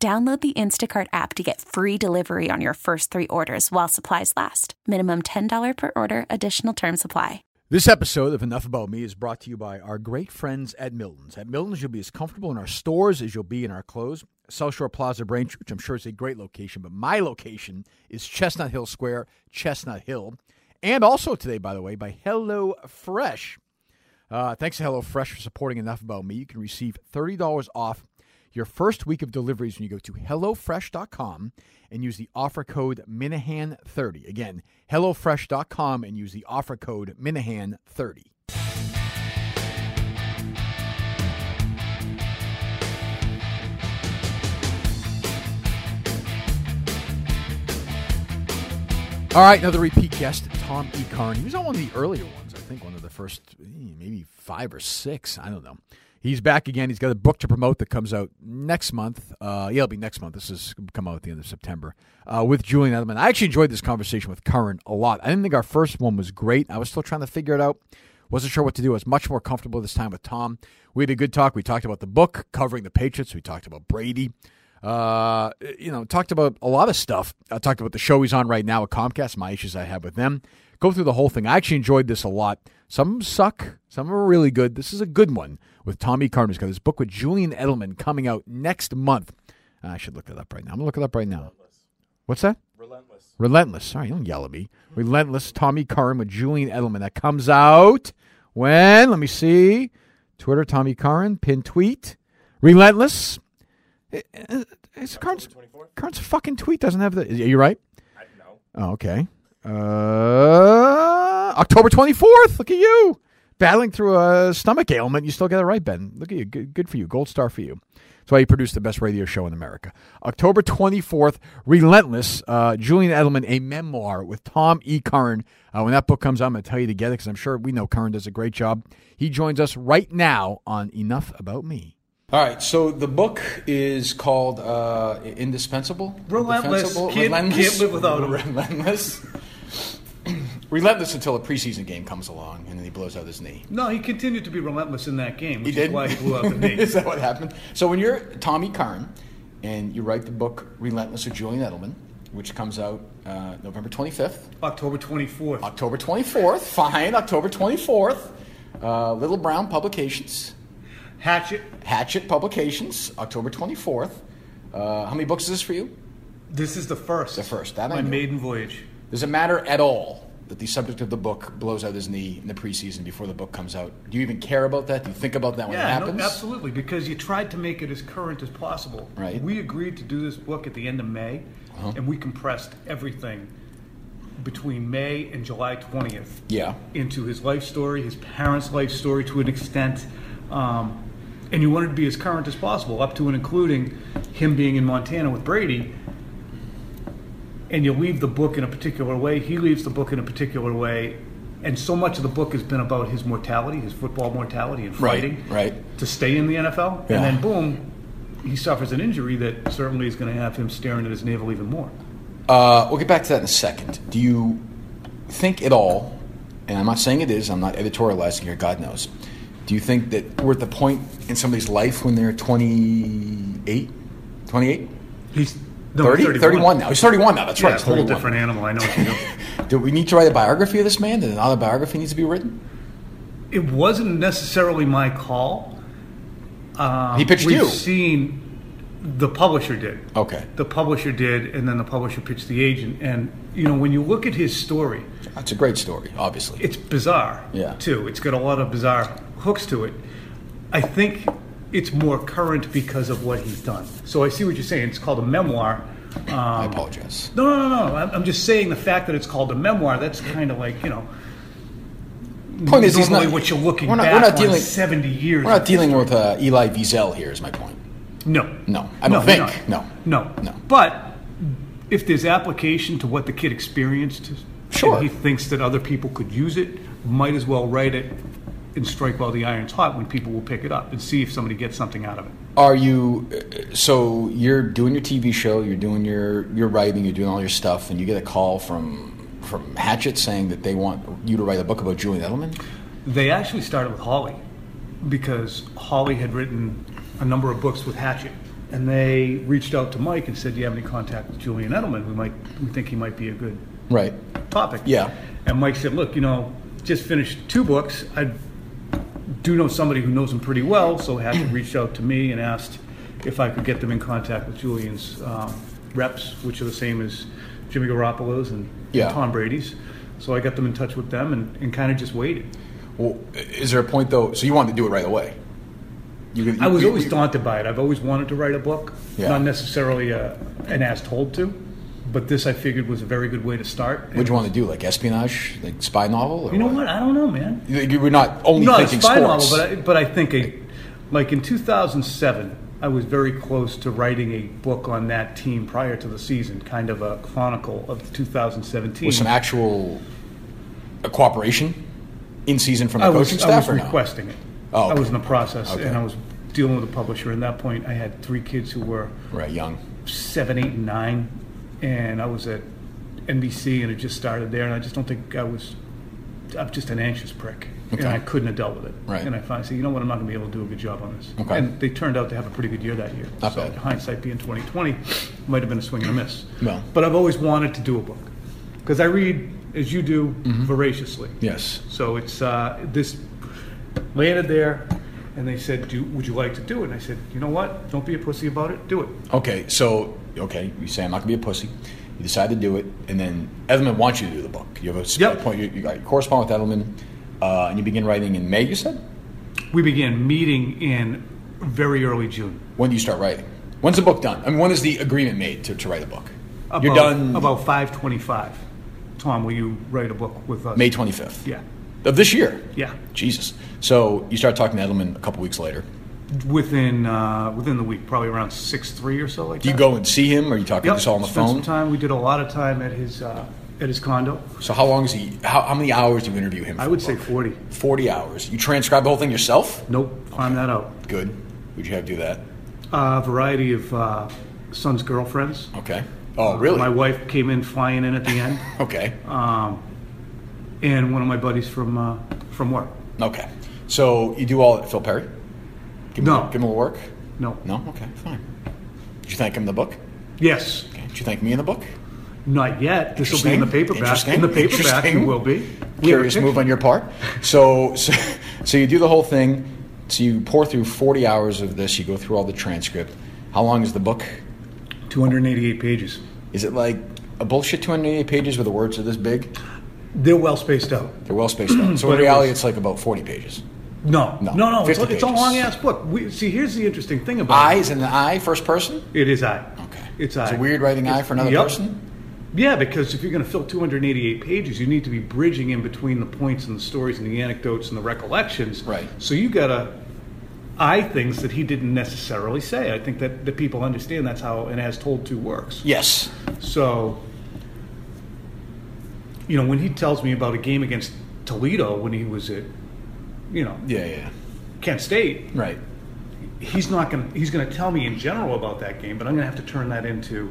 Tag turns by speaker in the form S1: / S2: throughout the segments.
S1: Download the Instacart app to get free delivery on your first three orders while supplies last. Minimum $10 per order, additional term supply.
S2: This episode of Enough About Me is brought to you by our great friends at Milton's. At Milton's, you'll be as comfortable in our stores as you'll be in our clothes. South Shore Plaza Branch, which I'm sure is a great location, but my location is Chestnut Hill Square, Chestnut Hill. And also today, by the way, by Hello Fresh. Uh, thanks to Hello Fresh for supporting Enough About Me. You can receive $30 off your first week of deliveries when you go to HelloFresh.com and use the offer code Minahan30. Again, HelloFresh.com and use the offer code Minahan30. All right, another repeat guest, Tom E. Carney. He was on one of the earlier ones, I think, one of the first, eh, maybe five or six. I don't know. He's back again. He's got a book to promote that comes out next month. Uh, yeah, it'll be next month. This is come out at the end of September uh, with Julian Edelman. I actually enjoyed this conversation with Curran a lot. I didn't think our first one was great. I was still trying to figure it out. Wasn't sure what to do. I was much more comfortable this time with Tom. We had a good talk. We talked about the book, covering the Patriots. We talked about Brady. Uh, you know, talked about a lot of stuff. I talked about the show he's on right now at Comcast, my issues I have with them. Go through the whole thing. I actually enjoyed this a lot. Some of 'em suck, some of 'em are really good. This is a good one with Tommy Carnes. Got this book with Julian Edelman coming out next month. I should look that up right now. I'm gonna look it up right now. What's that? Relentless. Relentless. Sorry, don't yell at me. Relentless. Tommy Curran with Julian Edelman. That comes out when? Let me see. Twitter, Tommy Curran, pin tweet. Relentless. Eh, eh, It's Curran's, Curran's fucking tweet doesn't have the. Are you right? I know. Oh, okay. Uh, October 24th. Look at you. Battling through a stomach ailment. You still got it right, Ben. Look at you. Good, good for you. Gold star for you. That's why you produced the best radio show in America. October 24th, Relentless, uh, Julian Edelman, a memoir with Tom E. Curran. Uh, when that book comes out, I'm going to tell you to get it because I'm sure we know Curran does a great job. He joins us right now on Enough About Me.
S3: All right, so the book is called uh, Indispensable?
S4: Relentless.
S3: Defensible?
S4: Can't- can't live without 'em.
S3: Relentless. Relentless until a preseason game comes along and then he blows out his knee.
S4: No, he continued to be relentless in that game, which
S3: He
S4: is
S3: did?
S4: why he blew out the knee.
S3: is that what happened? So when you're Tommy Karn and you write the book Relentless with Julian Edelman, which comes out uh, November 25th,
S4: October 24th.
S3: October 24th, fine, October 24th, uh, Little Brown Publications.
S4: Hatchet.
S3: Hatchet Publications, October 24th. Uh, how many books is this for you?
S4: This is the first.
S3: The first, that I
S4: My
S3: knew.
S4: maiden voyage.
S3: Does it matter at all that the subject of the book blows out his knee in the preseason before the book comes out? Do you even care about that? Do you think about that when it
S4: yeah,
S3: happens?
S4: no, absolutely. Because you tried to make it as current as possible.
S3: Right. Uh-huh.
S4: We agreed to do this book at the end of May, and we compressed everything between May and July 20th.
S3: Yeah.
S4: into his life story, his parents' life story to an extent. Um, and you wanted to be as current as possible, up to and including him being in Montana with Brady. And you leave the book in a particular way. He leaves the book in a particular way. And so much of the book has been about his mortality, his football mortality, and
S3: Right,
S4: fighting
S3: right.
S4: to stay in the NFL.
S3: Yeah.
S4: And then, boom, he suffers an injury that certainly is going to have him staring at his navel even more.
S3: Uh, we'll get back to that in a second. Do you think at all, and I'm not saying it is, I'm not editorializing here, God knows, do you think that we're at the point in somebody's life when they're 28? 28?
S4: He's no,
S3: 30?
S4: 31.
S3: 31 now. He's 31 now, that's
S4: Yeah,
S3: right.
S4: it's a whole
S3: 31.
S4: different animal. I know what you do.
S3: Do we need to write a biography of this man? Did an autobiography needs to be written?
S4: It wasn't necessarily my call. Um,
S3: He pitched
S4: we've
S3: you.
S4: seen the publisher did.
S3: Okay.
S4: The publisher did, and then the publisher pitched the agent. And you know, when you look at his story,
S3: That's a great story, obviously.
S4: it's bizarre.
S3: Yeah.
S4: Too. It's got a lot of bizarre hooks to it. I think it's more current because of what he's done. So I see what you're saying. It's called a memoir. Um,
S3: I apologize.
S4: No, no, no, no. I'm- I'm just saying the fact that it's called a memoir. That's kind of like you know.
S3: Point is, he's
S4: normally
S3: not-
S4: what you're looking
S3: we're not-
S4: back
S3: we're not
S4: on
S3: dealing-
S4: 70 years
S3: We're not
S4: of
S3: dealing with uh, Eli Wiesel here, is my point.
S4: No.
S2: No, I don't
S4: No,
S2: think.
S4: no. No.
S2: No.
S4: But if there's application to what the kid experienced,
S2: Sure.
S4: and he thinks that other people could use it, might as well write it and strike while the iron's hot when people will pick it up and see if somebody gets something out of it.
S2: Are you uh, so you're doing your TV show, you're doing your your writing, you're doing all your stuff, and you get a call from from Hatchet saying that they want you to write a book about Julian Edelman?
S4: They actually started with Holly because Holly had written a number of books with Hatchet. And they reached out to Mike and said, Do you have any contact with Julian Edelman? We might we think he might be a good
S2: Right.
S4: topic.
S2: Yeah.
S4: And Mike said, look, you know, just finished two books. I do know somebody who knows him pretty well, so Hatchet reached out to me and asked if I could get them in contact with Julian's um, reps, which are the same as Jimmy Garoppolo's and
S2: Yeah.
S4: Tom Brady's. So I got them in touch with them and, and kind of just waited.
S2: Well, is there a point though? So you wanted to do it right away? You, you,
S4: I was
S2: you-
S4: always
S2: you-
S4: daunted by it. I've always wanted to write a book,
S2: Yeah.
S4: not necessarily uh an ass told to, but this I figured was a very good way to start.
S2: What'd you want to do? Like espionage, like spy novel? Or
S4: You know what? I don't know, man.
S2: You, you were not only
S4: not
S2: thinking
S4: a spy
S2: sports.
S4: novel, but I, but I think a, like in 2007, I was very close to writing a book on that team prior to the season, kind of a chronicle of 2017.
S2: with some actual uh, cooperation in season from the
S4: I
S2: coaching
S4: was, I
S2: staff
S4: was
S2: or no?
S4: requesting it.
S2: Oh, okay.
S4: I was in the process,
S2: Okay.
S4: and I was dealing with a publisher. And at that point, I had three kids who were
S2: Right, young.
S4: seven, eight, and nine, and I was at NBC, and it just started there. And I just don't think I was. I'm just an anxious prick, and
S2: Okay.
S4: I couldn't have dealt with it.
S2: Right.
S4: And I finally said, you know what, I'm not going to be able to do a good job on this.
S2: Okay.
S4: And they turned out to have a pretty good year that year.
S2: Not
S4: so
S2: bad.
S4: Hindsight being 2020, might have been a swing and a miss.
S2: No.
S4: But I've always wanted to do a book because I read, as you do,
S2: Mm-hmm.
S4: voraciously.
S2: Yes.
S4: So it's uh, this landed there, and they said, do, "Would you like to do it?" And I said, "You know what? Don't be a pussy about it. Do it."
S2: Okay, so okay, you say I'm not gonna be a pussy. You decide to do it, and then Edelman wants you to do the book. You have a split
S4: Yep.
S2: point. You, you, you correspond with Edelman, uh, and you begin writing in May. You said.
S4: We began meeting in very early June.
S2: When do you start writing? When's the book done? I mean, when is the agreement made to, to write a book?
S4: About,
S2: You're done
S4: about five twenty-five. Tom, will you write a book with us?
S2: May 25th
S4: Yeah,
S2: of this year.
S4: yeah.
S2: Jesus. So you start talking to Edelman a couple weeks later.
S4: Within uh, within the week, probably around six three or so. Like
S2: Do you
S4: that.
S2: go and see him, or you talking
S4: Yep.
S2: just all on the
S4: Spent
S2: phone?
S4: Some time. We did a lot of time at his uh, at his condo.
S2: So how long is he? How, how many hours do you interview him? For
S4: I would
S2: the
S4: say
S2: book?
S4: forty.
S2: 40 hours. You transcribe the whole thing yourself?
S4: Nope, climb that out.
S2: Good. Would you have to do that?
S4: A variety of uh, son's girlfriends.
S2: Okay. Oh, really?
S4: My wife came in flying in at the end, Um,
S2: Okay.
S4: and one of my buddies from uh, from work.
S2: okay. So you do all Phil Perry? Give him,
S4: No.
S2: Give him a little work?
S4: No.
S2: No? Okay, fine. Did you thank him in the book?
S4: Yes.
S2: Okay. Did you thank me in the book?
S4: Not yet. This will be in the
S2: Interesting.
S4: paperback. In
S2: Interesting.
S4: the paperback, it
S2: Interesting.
S4: will be. We have a
S2: Curious move
S4: picture.
S2: on your part. So, so, so you do the whole thing. So you pour through 40 hours of this. You go through all the transcript. How long is the book?
S4: 288 pages.
S2: Is it like a bullshit 288 pages where the words are this big?
S4: They're well spaced out.
S2: They're well spaced out. So
S4: But
S2: in
S4: it
S2: reality,
S4: was-
S2: it's like about 40 pages.
S4: No,
S2: No,
S4: no, no. it's,
S2: 50
S4: it's a
S2: pages.
S4: long ass book. We, see, here's the interesting thing about
S2: I
S4: it.
S2: is in the I, first person?
S4: It is I.
S2: Okay.
S4: It's
S2: It's
S4: I.
S2: a weird writing I
S4: It's-
S2: for another
S4: yep.
S2: person?
S4: Yeah, because if you're going to fill 288 pages, you need to be bridging in between the points and the stories and the anecdotes and the recollections.
S2: Right.
S4: So you got to I things that he didn't necessarily say. I think that the people understand that's how an as told to works.
S2: Yes.
S4: So, you know, when he tells me about a game against Toledo when he was at, you know,
S2: Yeah, yeah.
S4: Kent State,
S2: Right.
S4: he's not going to, he's going to tell me in general about that game, but I'm going to have to turn that into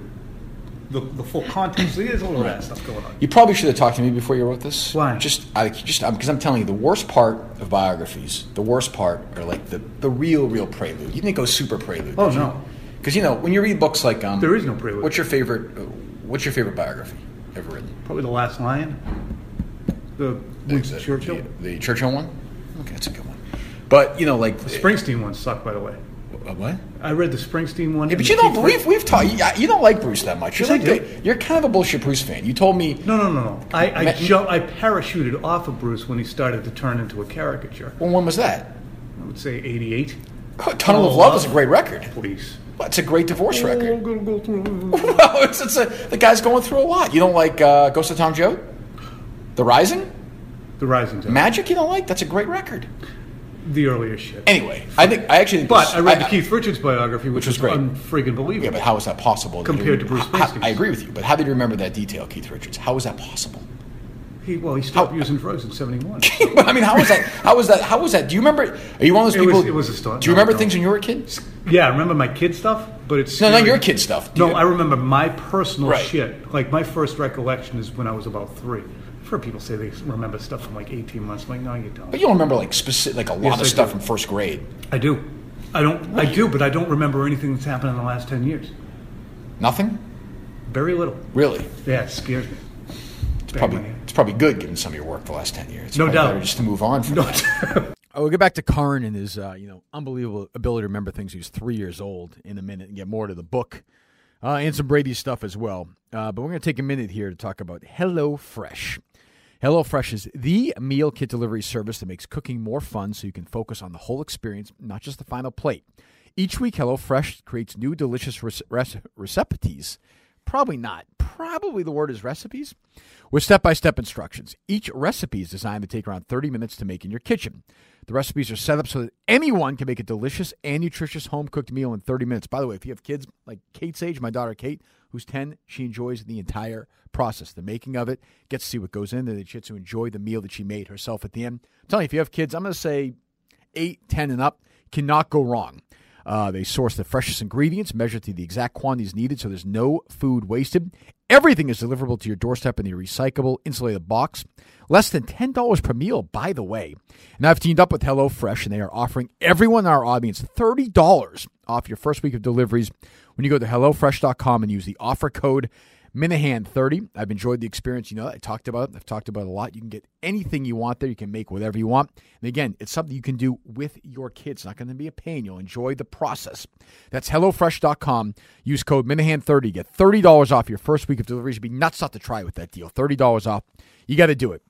S4: the, the full context. So there's a little of that stuff going on.
S2: You probably should have talked to me before you wrote this.
S4: Why?
S2: Just, I, just because I'm telling you, the worst part of biographies, the worst part are like the, the real, real prelude. You didn't go super prelude.
S4: Oh, no.
S2: Because you know, when you read books like um,
S4: There is no prelude.
S2: What's your favorite? uh, What's your favorite biography ever written?
S4: Probably the last lion, the
S2: Is
S4: Winston
S2: it
S4: Churchill.
S2: The, the Churchill one. Okay, that's a good one. But you know, like
S4: Springsteen one sucked, by the way.
S2: uh, what?
S4: I read the Springsteen one.
S2: Yeah, but
S4: and the
S2: you don't
S4: Keith-
S2: believe we've talked. You, you don't like Bruce that much. You're
S4: Yes,
S2: like
S4: I
S2: the-
S4: do.
S2: you're kind of a bullshit Bruce fan. You told me.
S4: No, no, no, no. I, I,
S2: Ma-
S4: ju- I parachuted off of Bruce when he started to turn into a caricature.
S2: Well, when was that?
S4: I would say 88.
S2: Tunnel of
S4: Oh,
S2: Love
S4: Love.
S2: is a great record.
S4: Please.
S2: Well, it's a great divorce record.
S4: gonna go through.
S2: Well, it's, it's a, the guy's going through a lot. You don't like uh, Ghost of Tom Joad? The Rising?
S4: The Rising Tide.
S2: Magic you don't like? That's a great record.
S4: the earlier shit.
S5: Anyway, I think I actually. think
S4: But
S5: this-
S4: I read the Keith Richards biography, which,
S5: was
S4: is
S5: great.
S4: unfreaking believable.
S5: Yeah, but how is that possible? that
S4: Compared
S5: you-
S4: to Bruce
S5: how- how-
S4: Springsteen's.
S5: I agree with you, but how did you remember that detail, Keith Richards? How was that possible?
S4: he, well, he stopped
S5: How-
S4: using drugs in '71.
S5: but I mean, how was that? How was that? How was that? Do you remember? Are you one of those
S4: It was-
S5: people?
S4: it was a stunt.
S5: Do you
S4: No,
S5: remember
S4: no.
S5: things when you were a kid?
S4: yeah, I remember my kid stuff, but it's
S5: No, not
S4: scary.
S5: your kid stuff. Do
S4: No,
S5: you-
S4: I remember my personal
S5: Right.
S4: shit. Like my first recollection is when I was about three. I've heard people say they remember stuff from like 18 months. I'm like, no, you don't.
S5: But you don't remember like specific, like a lot
S4: Yes,
S5: of
S4: I
S5: stuff
S4: do.
S5: from first grade.
S4: I do. I don't. I do, but I don't remember anything that's happened in the last 10 years.
S5: Nothing,
S4: Very little.
S5: really.
S4: Yeah, it scares me.
S5: It's probably it's probably good given some of your work the last ten years. It's
S4: No
S5: probably
S4: doubt.
S5: better Just to move on from that.
S2: I will Oh, get back to Karn and his, uh, you know, unbelievable ability to remember things. He was three years old in a minute and get more to the book uh, and some Brady stuff as well. Uh, but we're going to take a minute here to talk about HelloFresh. HelloFresh is the meal kit delivery service that makes cooking more fun so you can focus on the whole experience, not just the final plate. Each week, HelloFresh creates new delicious rec- rec- recipes. Probably not. Probably the word is recipes. With step by step instructions. Each recipe is designed to take around 30 minutes to make in your kitchen. The recipes are set up so that anyone can make a delicious and nutritious home cooked meal in 30 minutes. By the way, if you have kids like Kate's age, my daughter Kate, who's 10, she enjoys the entire process, the making of it, gets to see what goes in there. She gets to enjoy the meal that she made herself at the end. I'm telling you, if you have kids, I'm going to say eight, 10, and up cannot go wrong. Uh, they source the freshest ingredients, measure to the exact quantities needed so there's no food wasted. Everything is deliverable to your doorstep in a recyclable, insulated box. Less than $10 per meal, by the way. And I've teamed up with HelloFresh, and they are offering everyone in our audience $30 off your first week of deliveries when you go to HelloFresh.com and use the offer code Minahan 30. I've enjoyed the experience. You know, I talked about it. I've talked about it a lot. You can get anything you want there. You can make whatever you want. And again, it's something you can do with your kids. It's not going to be a pain. You'll enjoy the process. That's HelloFresh.com. Use code Minahan30. Get $30 off your first week of deliveries. You'd be nuts not to try with that deal. $30 off. You got to do it.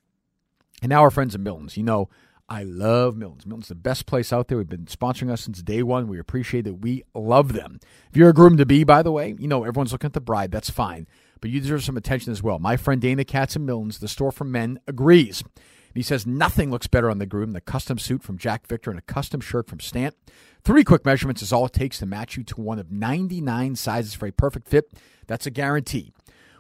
S2: And now our friends at Milton's. You know, I love Milton's. Milton's the best place out there. We've been sponsoring us since day one. We appreciate that. We love them. If you're a groom to be, by the way, you know, everyone's looking at the bride. That's fine. But you deserve some attention as well. My friend Dana Katz and Milton's, the store for men, agrees. And he says nothing looks better on the groom than a custom suit from Jack Victor and a custom shirt from Stant. Three quick measurements is all it takes to match you to one of 99 sizes for a perfect fit. That's a guarantee.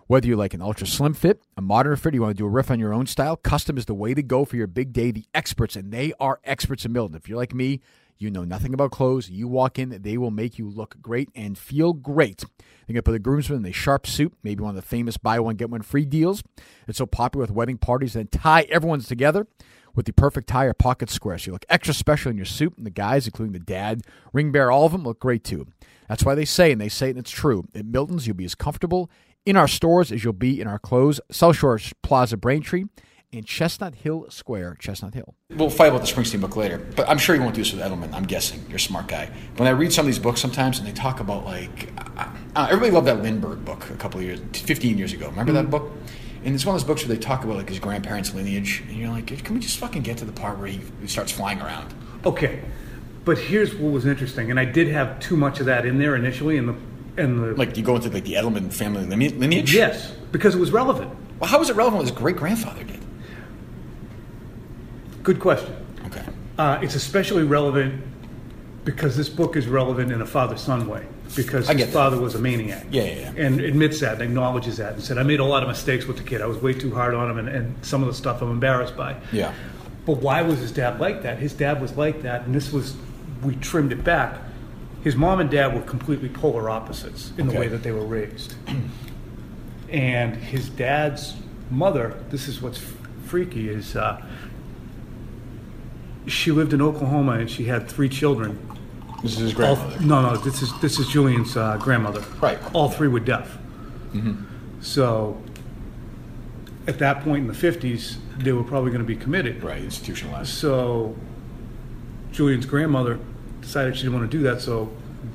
S2: Whether you like an ultra slim fit, a modern fit, you want to do a riff on your own style, custom is the way to go for your big day. The experts, and they are experts in Milton. If you're like me, you know nothing about clothes. You walk in, they will make you look great and feel great. They're going to put the groomsman in a sharp suit, maybe one of the famous buy one, get one free deals. It's so popular with wedding parties, then tie everyone's together with the perfect tie or pocket square. So you look extra special in your suit, and the guys, including the dad, ring bear, all of them look great too. That's why they say, and they say it and it's true, at Milton's you'll be as comfortable in our stores as you'll be in our clothes. South Shore Plaza Braintree and Chestnut Hill Square, Chestnut Hill.
S5: We'll fight about the Springsteen book later, but I'm sure you won't do this with Edelman. I'm guessing you're a smart guy. When I read some of these books sometimes, and they talk about like uh, uh, everybody loved that Lindbergh book a couple of years, 15 years ago. Remember that
S2: Mm-hmm.
S5: book? And it's one of those books where they talk about like his grandparents' lineage, and you're like, can we just fucking get to the part where he he starts flying around?
S4: Okay, but here's what was interesting, and I did have too much of that in there initially, and the and the
S5: Like you go into like the Edelman family line- lineage.
S4: yes, because it was relevant.
S5: Well, how is it relevant what his great grandfather did?
S4: Good question.
S5: Okay.
S4: Uh, it's especially relevant because this book is relevant in a father-son way because
S5: I
S4: his
S5: get that.
S4: father was a maniac.
S5: Yeah, yeah, yeah.
S4: And admits that and acknowledges that and said, I made a lot of mistakes with the kid. I was way too hard on him and, and some of the stuff I'm embarrassed by.
S5: Yeah.
S4: But why was his dad like that? His dad was like that, and this was, we trimmed it back. His mom and dad were completely polar opposites in
S5: Okay.
S4: the way that they were raised. and his dad's mother, this is what's freaky, is uh, she lived in Oklahoma and she had three children.
S5: This is his
S4: All-
S5: grandfather.
S4: no, no, this is this is Julian's uh, grandmother.
S5: Right. Mm-hmm.
S4: All three were deaf. So, at that point in the fifties, they were probably going to be committed.
S5: right, institutionalized.
S4: So, Julian's grandmother decided she didn't want to do that. So,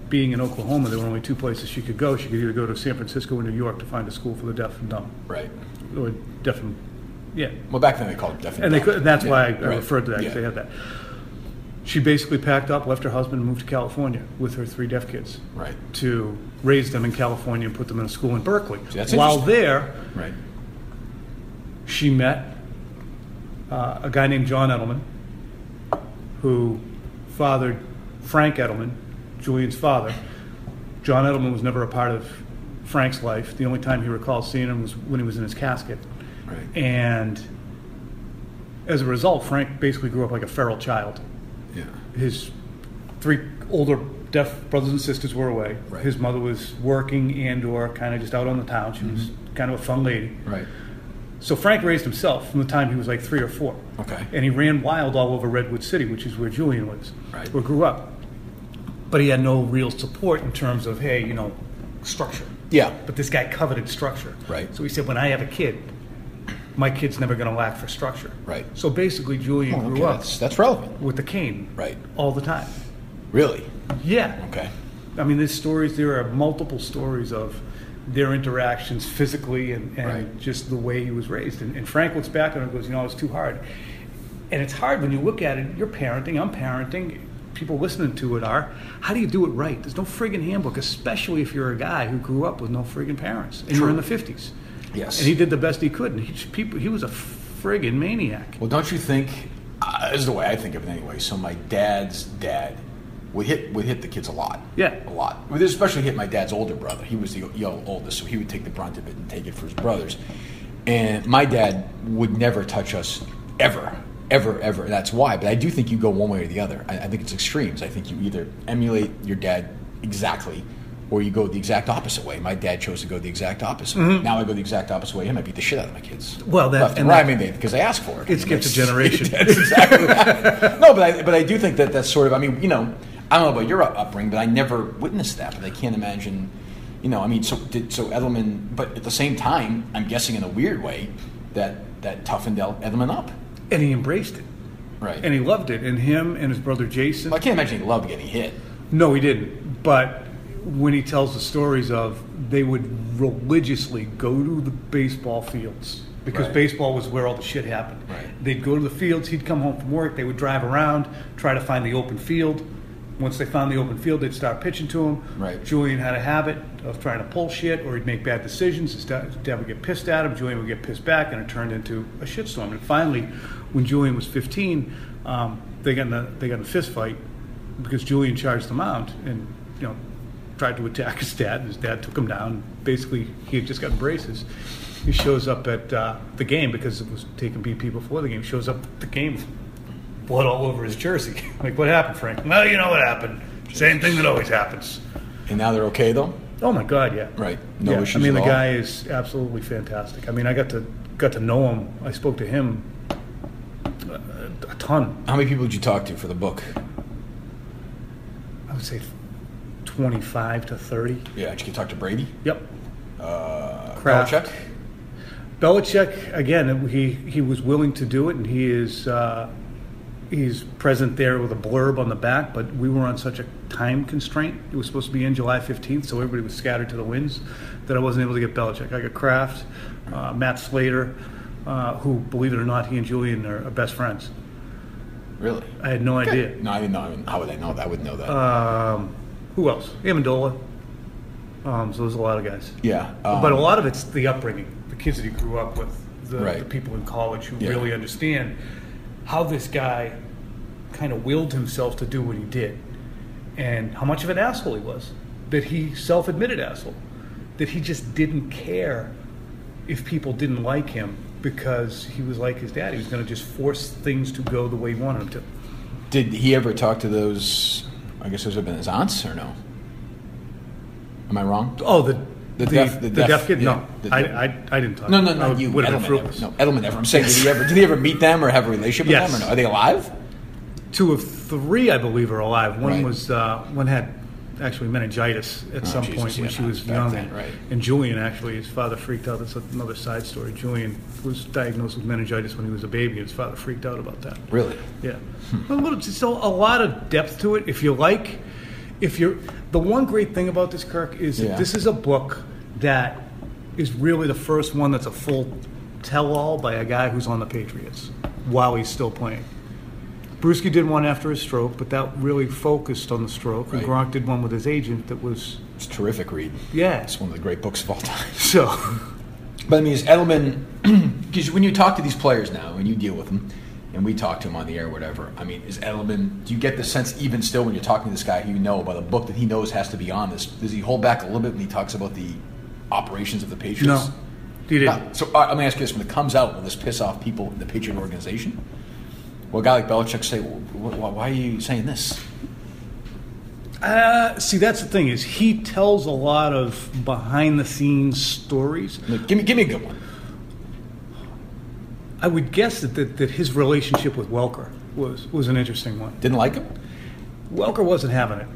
S4: being in Oklahoma, there were only two places she could go. She could either go to San Francisco or New York to find a school for the deaf and dumb,
S5: Right.
S4: or deaf and yeah,
S5: Well, back then they called him definitely.
S4: and they could, and that's why I, I
S5: Right.
S4: referred to that 'cause
S5: Yeah.
S4: they had that. She basically packed up, left her husband, and moved to California with her three deaf kids
S5: Right.
S4: to raise them in California and put them in a school in Berkeley.
S5: that's
S4: While
S5: interesting.
S4: there,
S5: Right.
S4: she met uh, a guy named John Edelman, who fathered Frank Edelman, Julian's father. John Edelman was never a part of Frank's life. The only time he recalls seeing him was when he was in his casket.
S2: Right.
S4: And as a result, Frank basically grew up like a feral child.
S2: Yeah.
S4: His three older deaf brothers and sisters were away.
S2: Right.
S4: His mother was working and or kind of just out on the town. She was kind of a fun lady.
S2: Right.
S4: So Frank raised himself from the time he was like three or four.
S2: Okay.
S4: And he ran wild all over Redwood City, which is where Julian lives,
S2: Right.
S4: or grew up. But he had no real support in terms of, hey, you know, structure.
S2: Yeah.
S4: But this guy coveted structure.
S2: Right.
S4: So he said, when I have a kid, my kid's never going to lack for structure.
S2: Right.
S4: So basically, Julian
S2: Oh, okay,
S4: grew up
S2: That's, that's relevant.
S4: with a cane
S2: Right.
S4: all the time.
S2: Really?
S4: Yeah.
S2: Okay.
S4: I mean, there's stories. There are multiple stories of their interactions physically and, and
S2: Right.
S4: just the way he was raised. And, and Frank looks back on it and goes, "You know, I was too hard." And it's hard when you look at it. You're parenting. I'm parenting. People listening to it are. How do you do it right? There's no friggin' handbook, especially if you're a guy who grew up with no friggin' parents and you're in the '50s.
S2: Yes.
S4: And he did the best he could. And he, just- people, he was a friggin' maniac.
S2: Well, don't you think? Uh, this is the way I think of it anyway. So my dad's dad would hit would hit the kids a lot.
S4: Yeah.
S2: a lot. Would especially hit my dad's older brother. He was the yo- oldest, so he would take the brunt of it and take it for his brothers. And my dad would never touch us ever, ever, ever. That's why. But I do think you go one way or the other. I, I think it's extremes. I think you either emulate your dad exactly. Or you go the exact opposite way. My dad chose to go the exact opposite. way. Now I go the exact opposite way, and I beat the shit out of my kids.
S4: Mm-hmm. Well, that-
S2: left and
S4: and
S2: right.
S4: that-
S2: I mean, because they ask for it.
S4: It skips a generation.
S2: That's exactly. no, but I, but I do think that that's sort of. I mean, you know, I don't know about your up- upbringing, but I never witnessed that. But I can't imagine. You know, I mean, so did so Edelman. But at the same time, I'm guessing in a weird way that that toughened El- Edelman up,
S4: And he embraced it.
S2: right?
S4: And he loved it. And him and his brother Jason.
S2: Well, I can't imagine he loved getting hit.
S4: No, he didn't. But when he tells the stories of, they would religiously go to the baseball fields because
S2: Right.
S4: baseball was where all the shit happened.
S2: Right.
S4: They'd go to the fields. He'd come home from work. They would drive around, try to find the open field. Once they found the open field, they'd start pitching to him.
S2: Right.
S4: Julian had a habit of trying to pull shit, or he'd make bad decisions. His dad his dad would get pissed at him. Julian would get pissed back, and it turned into a shitstorm. And finally, when Julian was 15, um, they got in a they got in a fist fight because Julian charged the mound and you know tried to attack his dad, and his dad took him down. Basically, he had just gotten braces. He shows up at uh, the game because it was taking BP before the game. He shows up at the game blood all over his jersey. like, what happened, Frank? Well, you know what happened. Same thing that always happens.
S2: And now they're okay though,
S4: Oh my God, yeah.
S2: right? No
S4: yeah.
S2: issues.
S4: I mean,
S2: at
S4: the
S2: all?
S4: guy is absolutely fantastic. I mean, I got to got to know him. I spoke to him uh, a, a ton.
S2: How many people did you talk to for the book?
S4: I would say twenty five to thirty.
S2: Yeah, did you talk to Brady?
S4: Yep.
S2: Uh,
S4: Kraft.
S2: Belichick?
S4: Belichick again. He he was willing to do it, and he is uh, he's present there with a blurb on the back. But we were on such a time constraint. It was supposed to be in July fifteenth, so everybody was scattered to the winds that I wasn't able to get Belichick. I got Kraft, uh, Matt Slater, uh, who believe it or not, he and Julian are, are best friends.
S2: Really?
S4: I had no idea. Um,
S2: No, I didn't know. I mean, how would I know that? I wouldn't know
S4: Uh,
S2: that.
S4: Who else? Amendola. Um, so there's a lot of guys.
S2: yeah, um,
S4: but a lot of it's the upbringing, the kids that he grew up with, the,
S2: Right.
S4: the people in college who
S2: Yeah.
S4: really understand how this guy kind of willed himself to do what he did and how much of an asshole he was. That he self admitted asshole. That he just didn't care if people didn't like him because he was like his dad. He was going to just force things to go the way he wanted them to.
S2: Did he ever talk to those? I guess those have been his aunts, or no? Am I wrong?
S4: Oh, the
S2: The deaf- the deaf-
S4: kid.
S2: yeah,
S4: no,
S2: the-
S4: I, I, I didn't talk.
S2: No, no,
S4: I
S2: not you.
S4: Would have
S2: Edelman
S4: been
S2: ever.
S4: fruitless.
S2: No, Edelman ever. I'm saying, did he ever? Did he ever meet them or have a relationship with
S4: Yes.
S2: them? Or no? Are they alive?
S4: Two of three, I believe, are alive. One
S2: Right. Oh,
S4: was uh, one had actually meningitis at some
S2: Jesus,
S4: point when
S2: yeah,
S4: she was
S2: back
S4: young.
S2: then, right.
S4: And Julian actually, his father freaked out. That's another side story. Julian was diagnosed with meningitis when he was a baby, and his father freaked out about that.
S2: Really?
S4: Yeah, a little, just a, a lot of depth to it. If you like, if you're the one great thing about this, Kirk, is
S2: Yeah.
S4: that this is a book that is really the first one that's a full tell-all by a guy who's on the Patriots while he's still playing. Brewski did one after his stroke, but that really focused on the stroke. And
S2: Right.
S4: Gronk did one with his agent that was
S2: It's a terrific read.
S4: yeah.
S2: It's one of the great books of all time.
S4: So
S2: But I mean, is Edelman? Because when you talk to these players now and you deal with them, and we talked to him on the air, or whatever. I mean, is Edelman? Do you get the sense even still when you're talking to this guy who you know by the book that he knows has to be on this? Does he hold back a little bit when he talks about the operations of the Patriots?
S4: No, he didn't.
S2: Not- so all right, I'm gonna ask you this: when it comes out, will this piss off people in the Patriot organization? Will a guy like Belichick say, well, wh- wh- "Why are you saying this?"
S4: Uh, see, that's the thing is he tells a lot of behind the scenes stories.
S2: Like, give me, give me a good one.
S4: I would guess that, that, that his relationship with Welker was, was an interesting one.
S2: Didn't like him.
S4: Welker wasn't having it.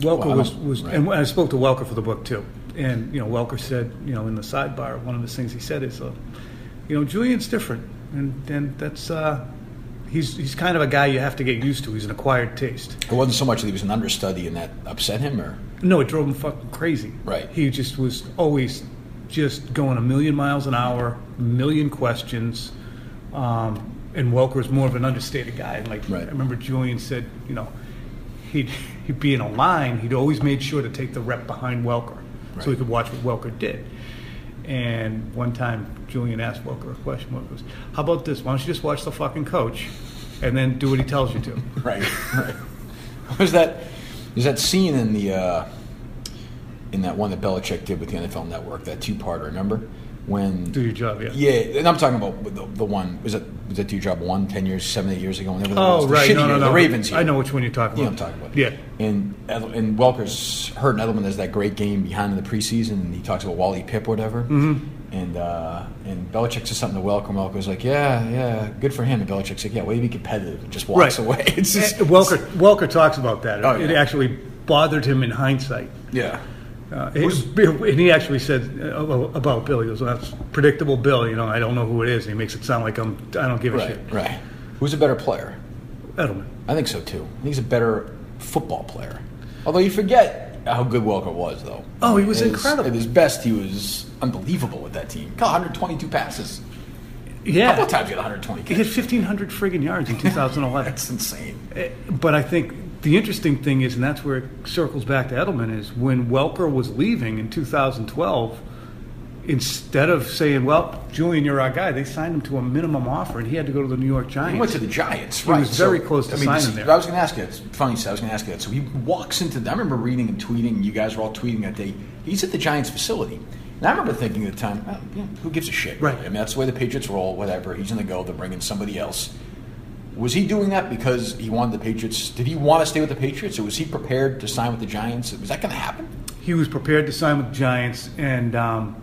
S4: Welker
S2: Well, I
S4: was,
S2: don't-
S4: was
S2: right.
S4: and I spoke to Welker for the book too. And, you know, Welker said, you know, in the sidebar, one of the things he said is, uh, you know, Julian's different. And, and that's, uh, he's, he's kind of a guy you have to get used to. He's an acquired taste.
S2: It wasn't so much that he was an understudy and that upset him, or
S4: No, it drove him fucking crazy.
S2: Right.
S4: He just was always just going a million miles an hour, million questions. Um, and Welker was more of an understated guy. And like
S2: Right.
S4: I remember Julian said, you know, he'd he'd be in a line. He'd always made sure to take the rep behind Welker, so he
S2: Right.
S4: could watch what Welker did. And one time, Julian asked Welker a question. Welker goes, "How about this? Why don't you just watch the fucking coach, and then do what he tells you to?"
S2: right, right. Was that? There's that scene in the uh, in that one that Belichick did with the NFL Network, that two-parter. Remember when?
S4: do your job, yeah.
S2: Yeah, and I'm talking about the, the one. Was that was that Do Job one, 10 years, seven, eight years ago? Whenever that
S4: Oh
S2: was, the
S4: right,
S2: shitty
S4: no, no,
S2: year,
S4: no.
S2: The Ravens.
S4: I
S2: year.
S4: know which one you're talking
S2: You know
S4: about.
S2: what I'm talking about.
S4: Yeah,
S2: And Edel- and Welker's heard Edelman has that great game behind in the preseason, and he talks about Wally Pip or whatever.
S4: Mm-hmm.
S2: And uh, and Belichick says something to Welker, and Welker's like, yeah, yeah, good for him. And Belichick's like, yeah, way to be competitive, and just walks
S4: right.
S2: away. It's just
S4: Eh, Welker. Welker talks about that.
S2: Oh,
S4: it
S2: yeah.
S4: actually bothered him in hindsight.
S2: Yeah.
S4: Uh, it- and he actually said uh, about- about Bill, he goes, well, "That's predictable, Bill. You know, I don't know who it is." And he makes it sound like I'm. I don't give a
S2: Right.
S4: shit.
S2: Right. Who's a better player?
S4: Edelman.
S2: I think so too. I think he's a better football player. Although you forget how good Welker was, though.
S4: Oh, he was
S2: At his-
S4: incredible.
S2: At his best, he was unbelievable with that team. God, 122 passes.
S4: Yeah.
S2: A couple times he had 120
S4: He had
S2: catches.
S4: 1,500 friggin' yards in 2011.
S2: That's insane.
S4: Eh, But I think the interesting thing is, and that's where it circles back to Edelman, is when Welker was leaving in 2012, instead of saying, well, Julian, you're our guy, they signed him to a minimum offer, and he had to go to the New York Giants.
S2: He went to the Giants,
S4: He
S2: right?
S4: was very close to signing
S2: see,
S4: there.
S2: I was going to ask you. It's funny, so I was going to ask you that. So he walks into. The, I remember reading and tweeting. You guys were all tweeting that day. He's at the Giants facility, and I remember thinking at the time, oh, yeah, who gives a shit?
S4: Right.
S2: I mean, that's the way the Patriots roll. Whatever. He's in the go. They're bringing somebody else. Was he doing that because he wanted the Patriots? Did he want to stay with the Patriots, or was he prepared to sign with the Giants? Was that going to happen?
S4: he was prepared to sign with the Giants, and um,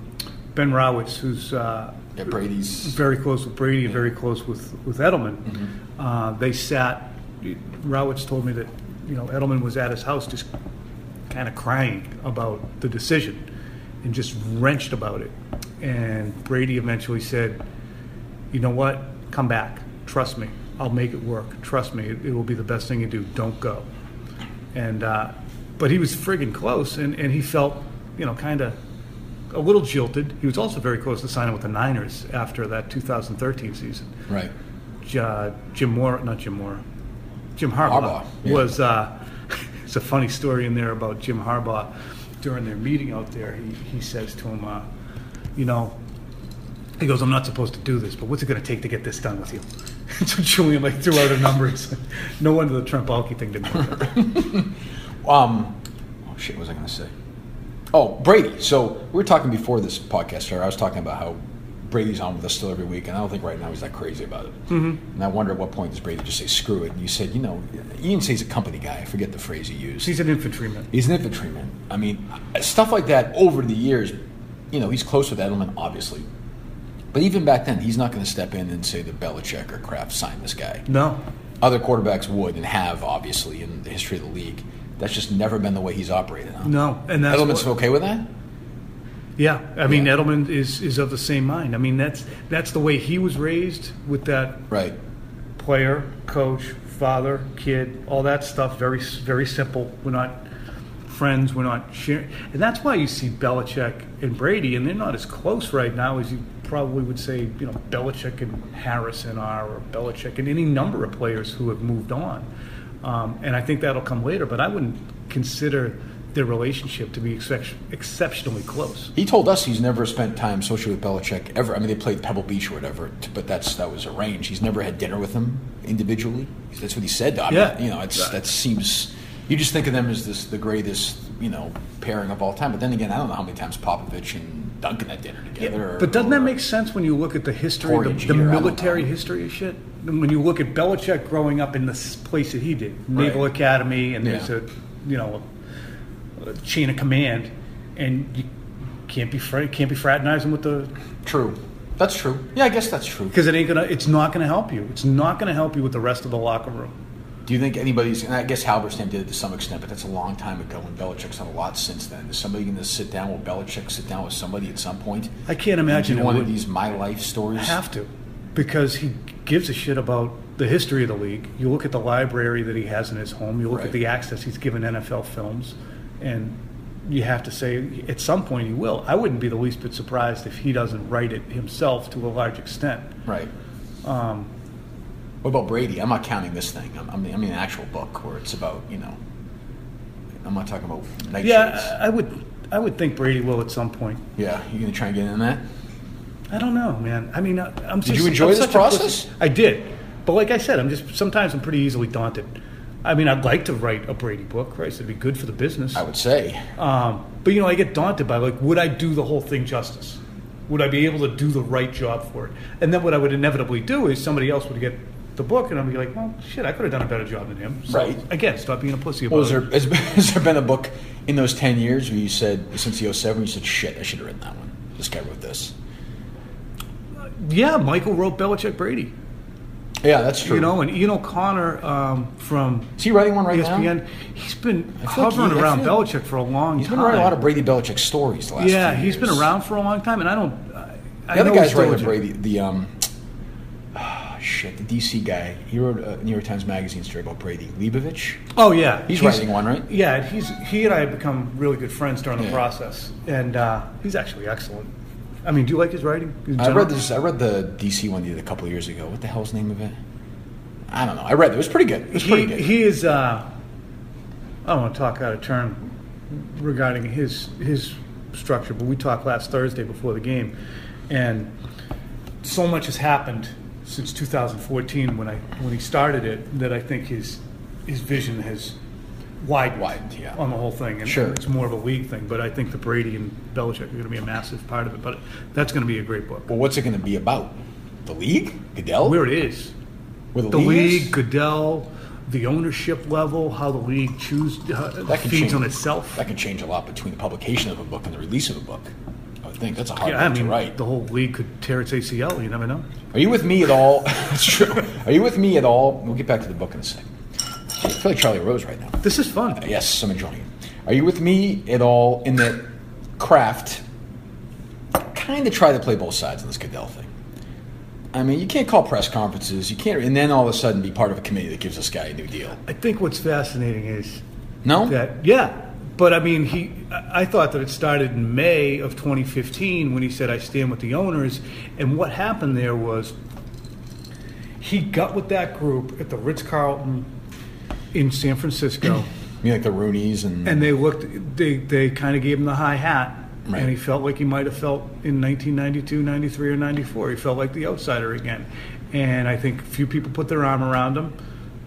S4: Ben Rowitz, who's uh,
S2: Yeah, Brady's.
S4: very close with Brady and very close with, with Edelman. Uh, they sat, Rowitz told me that, you know, Edelman was at his house just kind of crying about the decision and just wrenched about it. And Brady eventually said, you know what? Come back. Trust me. I'll make it work. Trust me. It, it will be the best thing you do. Don't go. And, uh, but he was friggin' close and, and he felt, you know, kind of a little jilted. He was also very close to signing with the Niners after that 2013 season.
S2: Right.
S4: J- uh, Jim Moore, not Jim Moore, Jim Harbaugh,
S2: Harbaugh, yeah.
S4: was. Uh, it's a funny story in there about Jim Harbaugh during their meeting out there. He, he says to him, uh, you know, he goes, I'm not supposed to do this, but what's it going to take to get this done with you? so Julian like threw out a number. He's like, no wonder the Trump Alki thing didn't work. out."
S2: Um, oh shit, what was I going to say? Oh, Brady. So we were talking before this podcast started. I was talking about how Brady's on with us still every week, and I don't think right now he's that crazy about it. Mm-hmm. And I wonder at what point does Brady just say screw it? And you said, you know, you didn't say he's a company guy. I forget the phrase you used.
S4: He's an infantryman.
S2: He's an infantryman. I mean, stuff like that over the years, you know, he's close with Edelman, obviously. But even back then, he's not going to step in and say that Belichick or Kraft signed this guy
S4: No,
S2: other quarterbacks would and have obviously in the history of the league. That's just never been the way he's operated. Huh?
S4: no, and that's
S2: Edelman's
S4: what-
S2: okay with that.
S4: Yeah, I mean
S2: Yeah.
S4: Edelman is is of the same mind. I mean that's that's the way he was raised with that
S2: Right.
S4: player, coach, father, kid, all that stuff. Very s- very simple. We're not friends. We're not sharing, and that's why you see Belichick and Brady, and they're not as close right now as you probably would say. You know, Belichick and Harrison are, or Belichick and any number of players who have moved on. Um, and I think that'll come later. But I wouldn't consider their relationship to be excep- exceptionally close.
S2: He told us he's never spent time socially with Belichick ever. I mean, they played Pebble Beach or whatever, t- but that's that was arranged. He's never had dinner with him individually. That's what he said. I mean,
S4: Yeah.
S2: you know, it's that seems. You just think of them as this the greatest you know pairing of all time. But then again, I don't know how many times Popovich and Duncan had dinner together. or-
S4: But doesn't that
S2: or-
S4: make sense when you look at the history,
S2: Corey
S4: the, the
S2: Jeter, I don't
S4: military
S2: know.
S4: history of shit? And When you look at Belichick growing up in the s- place that he did, Naval
S2: Right.
S4: Academy, and there's
S2: Yeah.
S4: a, you know, a, a chain of command, and you can't be fr- can't be fraternizing with the
S2: True. That's true. Yeah, I guess that's true.
S4: because it ain't gonna, it's not gonna help you. It's not gonna help you with the rest of the locker room.
S2: Do you think anybody's? And I guess Halberstam did it to some extent, but that's a long time ago, and Belichick's done a lot since then. Is somebody going to sit down? Will Belichick sit down with somebody at some point?
S4: I can't
S2: Do
S4: imagine it
S2: one of
S4: would-
S2: these my life stories?
S4: Have to, because he gives a shit about the history of the league. You look at the library that he has in his home. You look at
S2: Right.
S4: the access he's given NFL films, and you have to say at some point he will. I wouldn't be the least bit surprised if he doesn't write it himself to a large extent.
S2: Right. Um, what about Brady? I'm not counting this thing. I'm, I'm, I'm in an actual book where it's about you know. I'm not talking about night
S4: Yeah, I I would. I would think Brady will at some point.
S2: Yeah, you going to try and get in that?
S4: I don't know, man. I mean, I, I'm. Did
S2: you enjoy this process?
S4: I did, but like I said, I'm just sometimes I'm pretty easily daunted. I mean, I'd like to write a Brady book, right? It'd be good for the business.
S2: I would say.
S4: Um, but you know, I get daunted by like, would I do the whole thing justice? Would I be able to do the right job for it? And then what I would inevitably do is somebody else would get the book, and I'd be like, well, shit, I could have done a better job than him. So,
S2: Right.
S4: Again, stop being a pussy about
S2: Well, is there,
S4: it.
S2: has, has there been a book in those 10 years where you said, since the 07, you said, shit, I should have written that one. This guy wrote this.
S4: Yeah, Michael wrote Belichick Brady.
S2: Yeah, that's true.
S4: You know, and Ian O'Connor um, from E
S2: Is he writing one right now?
S4: ESPN, he's been
S2: like
S4: hovering
S2: he- I
S4: around
S2: feel-
S4: Belichick for a long
S2: He's
S4: time.
S2: been writing a lot of Brady Belichick stories the last
S4: Yeah,
S2: few
S4: he's been
S2: years.
S4: around for a long time, and I don't. I, I
S2: The other
S4: know
S2: guy's
S4: he's
S2: writing the
S4: diligent.
S2: Brady, the, um, ah, shit, the DC guy. He wrote a New York Times Magazine story about Brady. Leibovich?
S4: Oh yeah,
S2: He's writing one, right?
S4: Yeah, and he's he and I have become really good friends during the
S2: Yeah.
S4: process, and uh, he's actually excellent. I mean, do you like his writing? in
S2: I
S4: general?
S2: read this. I read the DC one he did a couple of years ago. What the hell's the name of it? I don't know. I read it. It was pretty good. It was
S4: He,
S2: pretty good.
S4: he is. Uh, I don't want to talk out of turn regarding his his structure, but we talked last Thursday before the game, and so much has happened since 2014 when I when he started it that I think his his vision has widened,
S2: Widened, yeah.
S4: on the whole thing. And
S2: Sure.
S4: it's more of a league thing, but I think the Brady and Belichick are going to be a massive part of it. But that's going to be a great book.
S2: well, what's it going to be about? The league? Goodell?
S4: Where it is,
S2: Where the,
S4: the
S2: league?
S4: league,
S2: is?
S4: Goodell, the ownership level, how the league choose how, it
S2: That can
S4: feeds
S2: change.
S4: on itself.
S2: That can change a lot between the publication of a book and the release of a book. I would think that's a hard
S4: yeah, I
S2: one
S4: mean,
S2: to write.
S4: the whole league could tear its ACL. You never know.
S2: Are you with me at all? That's true. Are you with me at all? We'll get back to the book in a second. I feel like Charlie Rose right now.
S4: This is fun.
S2: Yes, I'm enjoying it. Are you with me at all in that craft? Kind of try to play both sides on this Goodell thing. I mean, you can't call press conferences. You can't, and then all of a sudden be part of a committee that gives this guy a new deal.
S4: I think what's fascinating is
S2: No,
S4: that yeah, but I mean, he. I I thought that it started in May of 2015 when he said, "I stand with the owners," and what happened there was he got with that group at the Ritz Carlton in San Francisco.
S2: you mean like the Rooney's and,
S4: And they looked, they, they kind of gave him the high hat.
S2: Right.
S4: And he felt like he might have felt in 1992, 93, or 94. He felt like the outsider again. And I think few people put their arm around him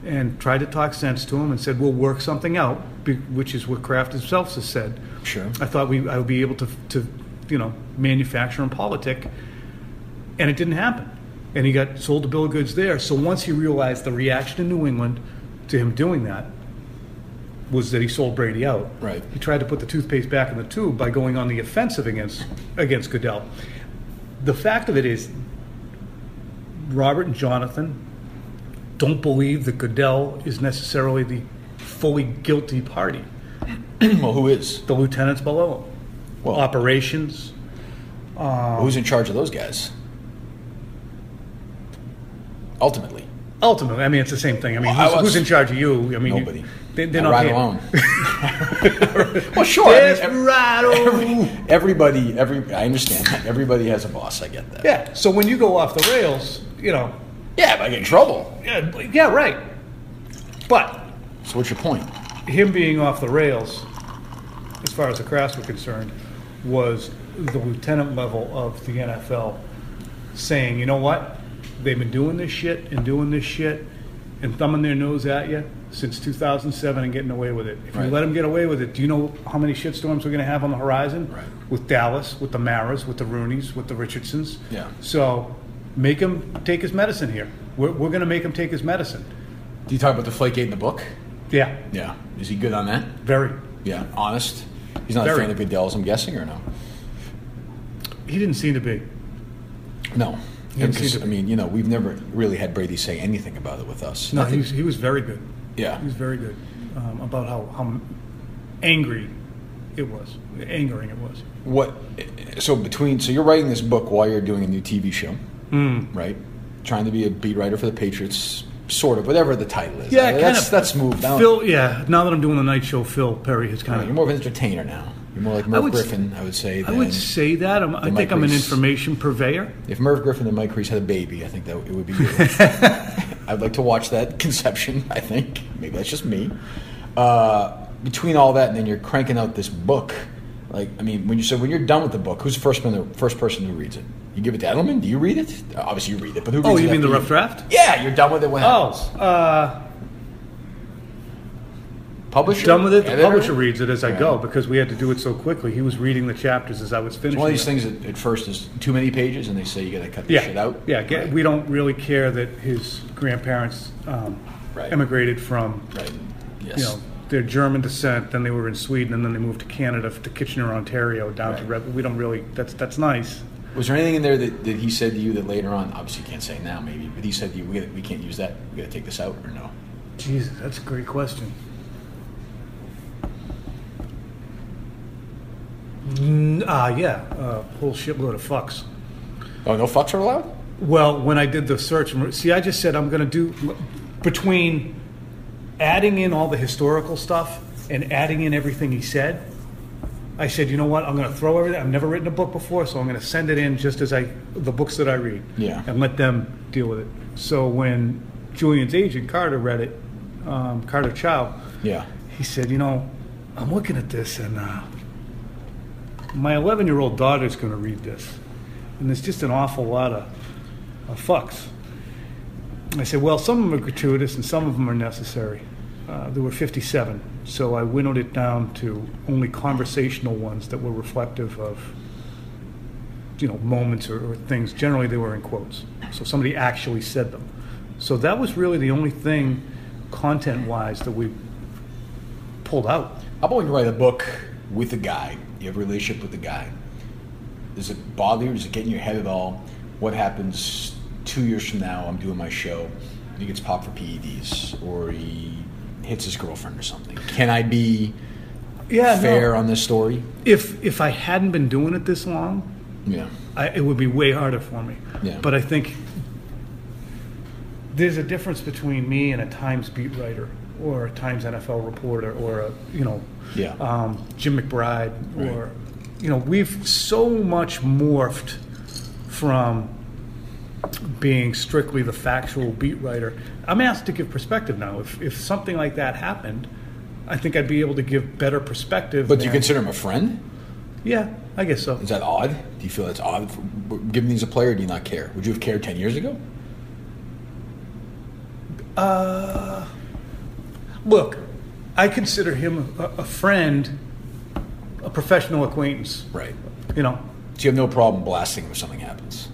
S4: and tried to talk sense to him and said, we'll work something out, be- which is what Kraft himself has said.
S2: Sure.
S4: I thought we, I would be able to, to, you know, manufacture and politic. And it didn't happen. And he got sold a bill of goods there. So once he realized the reaction in New England to him doing that, was that he sold Brady out.
S2: Right.
S4: He tried to put the toothpaste back in the tube by going on the offensive against against Goodell. The fact of it is, Robert and Jonathan don't believe that Goodell is necessarily the fully guilty party.
S2: well, who is
S4: The lieutenants below him,
S2: Well-
S4: operations.
S2: who's in charge of those guys? Ultimately,
S4: Ultimately, I mean, it's the same thing. I mean,
S2: Well, I
S4: who's,
S2: was-
S4: who's in charge of you? I mean, you-
S2: nobody.
S4: they, they're
S2: I
S4: not
S2: ride
S4: paying-
S2: alone. well, sure. I mean,
S4: Yes,
S2: ev-
S4: right on.
S2: everybody, every I understand. that. Everybody has a boss. I get that.
S4: Yeah. So when you go off the rails, you know,
S2: Yeah, but I get in trouble.
S4: yeah, yeah, right. But
S2: So what's your point?
S4: him being off the rails as far as the Crafts were concerned, was the lieutenant level of the NFL saying, you know what? They've been doing this shit and doing this shit and thumbing their nose at you since 2007 and getting away with it. If you
S2: Right.
S4: let them get away with it, do you know how many shitstorms we're going to have on the horizon?
S2: Right.
S4: With Dallas, with the Maras, with the Rooneys, with the Richardsons.
S2: Yeah.
S4: So make him take his medicine here. We're, we're going to make him take his medicine.
S2: Do you talk about the Flakegate in the book?
S4: Yeah,
S2: Yeah. Is he good on that?
S4: very.
S2: Yeah. Honest. He's not
S4: Very.
S2: a fan of Goodell's, I'm guessing, or no?
S4: He didn't seem to be.
S2: No.
S4: didn't
S2: Because,
S4: seem to
S2: I mean, you know, we've never really had Brady say anything about it with us.
S4: No, he
S2: Nothing.
S4: was, he was very good.
S2: Yeah.
S4: He was very good um, about how, how angry it was, angering it was.
S2: What? So between so you're writing this book while you're doing a new TV show, right? Trying to be a beat writer for the Patriots, sort of whatever the title is.
S4: Yeah,
S2: that's,
S4: kind of.
S2: That's moved down.
S4: Phil, yeah. Now that I'm doing the night show, Phil Perry has kind
S2: You're
S4: of.
S2: more of an entertainer now. You're more like Merv
S4: would s-
S2: Griffin, I would say.
S4: I
S2: Than,
S4: would say that. I'm, I
S2: than
S4: think
S2: Mike
S4: I'm an
S2: Reese.
S4: information purveyor.
S2: if Merv Griffin and Mike Reese had a baby, I think that it would be. You. I'd like to watch that conception. I think maybe that's just me. Uh, between all that and then you're cranking out this book, like I mean, when you so when you're done with the book, who's the first, one, the first person who reads it? You give it to Edelman? Do you read it? Uh, Obviously, you read it, but who?
S4: Oh,
S2: reads
S4: you
S2: it
S4: mean the
S2: after
S4: rough draft?
S2: Yeah, you're done with it. When
S4: Oh,
S2: happens?
S4: uh,
S2: publisher
S4: done with it. The
S2: Editor?
S4: publisher reads it as I go
S2: Yeah.
S4: because we had to do it so quickly. He was reading the chapters as I was finishing.
S2: It's one of these
S4: them.
S2: things that at first is too many pages, and they say you got to cut this
S4: Yeah,
S2: shit out.
S4: yeah. Get, We don't really care that his grandparents um,
S2: Right.
S4: emigrated from
S2: Right. Yes.
S4: you know, they're German descent. Then they were in Sweden, and then they moved to Canada, to Kitchener, Ontario, down to
S2: Right.
S4: Red. We don't really. That's that's nice.
S2: Was there anything in there that, that he said to you that later on, obviously you can't say now maybe, but he said to you, we, gotta, we can't use that, we gotta take this out or no?
S4: Jesus, that's a great question. N- Ah, yeah, uh, whole shitload of fucks.
S2: Oh, no fucks are allowed?
S4: Well, when I did the search, see, I just said I'm going to do between adding in all the historical stuff and adding in everything he said. I said, you know what? I'm going to throw everything. I've never written a book before, so I'm going to send it in just as I the books that I read,
S2: Yeah.
S4: and let them deal with it. So when Julian's agent Carter read it, um, Carter Chow,
S2: Yeah.
S4: he said, you know, I'm looking at this and uh, my 11 year old daughter's going to read this. And there's just an awful lot of, of fucks. I said, well, some of them are gratuitous and some of them are necessary. Uh, there were 57, so I winnowed it down to only conversational ones that were reflective of, you know, moments or, or things. Generally, they were in quotes, so somebody actually said them. So that was really the only thing, content-wise, that we pulled out.
S2: How about when you write a book with a guy, you have a relationship with a guy? Does it bother you? Does it get in your head at all? What happens two years from now? I'm doing my show, and he gets popped for PEDs, or he hits his girlfriend or something. Can I be
S4: Yeah,
S2: fair on this story?
S4: If if I hadn't been doing it this long,
S2: Yeah.
S4: I, it would be way harder for me.
S2: Yeah.
S4: But I think there's a difference between me and a Times beat writer or a Times NFL reporter or a you know
S2: Yeah.
S4: um, Jim McBride
S2: Right.
S4: or you know we've so much morphed from being strictly the factual beat writer. I'm asked to give perspective now. If if something like that happened, I think I'd be able to give better perspective.
S2: But do you
S4: than-
S2: consider him a friend?
S4: Yeah, I guess so.
S2: Is that odd? Do you feel that's odd? for- Given he's a player, do you not care? Would you have cared 10 years ago?
S4: Uh, Look, I consider him a, a friend, a professional acquaintance.
S2: Right.
S4: You know,
S2: So you have no problem blasting him if something happens?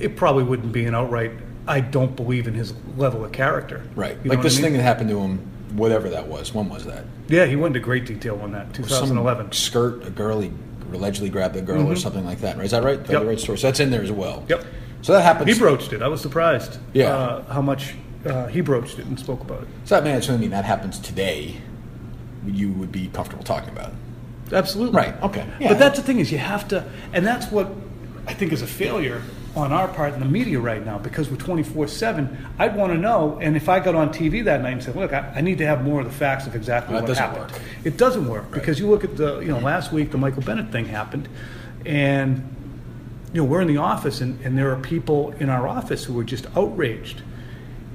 S4: it probably wouldn't be an outright. I don't believe in his level of character.
S2: Right.
S4: You know
S2: like
S4: what
S2: this
S4: I mean?
S2: thing that happened to him, whatever that was. When was that?
S4: Yeah, he went into great detail on that.
S2: Some
S4: 2011.
S2: skirt, a girl, he allegedly grabbed a girl or something like that. Right? Is that right? Did I have
S4: Mm-hmm. Yep.
S2: The right story. So that's in there as well.
S4: Yep.
S2: So that happens.
S4: He broached it. I was surprised.
S2: Yeah.
S4: Uh, how much uh, he broached it and spoke about it.
S2: so that man, it's what I mean. That happens today. You would be comfortable talking about it.
S4: Absolutely.
S2: Right. Okay. Yeah.
S4: But that's the thing is you have to, and that's what I think is a failure on our part in the media right now because we're 24 7. I'd want to know, and if I got on TV that night and said, look, I, I need to have more of the facts of exactly
S2: That
S4: what
S2: doesn't
S4: happened.
S2: work.
S4: It doesn't work because you look at the, you know, last week the Michael Bennett thing happened and you know, we're in the office and, and there are people in our office who are just outraged.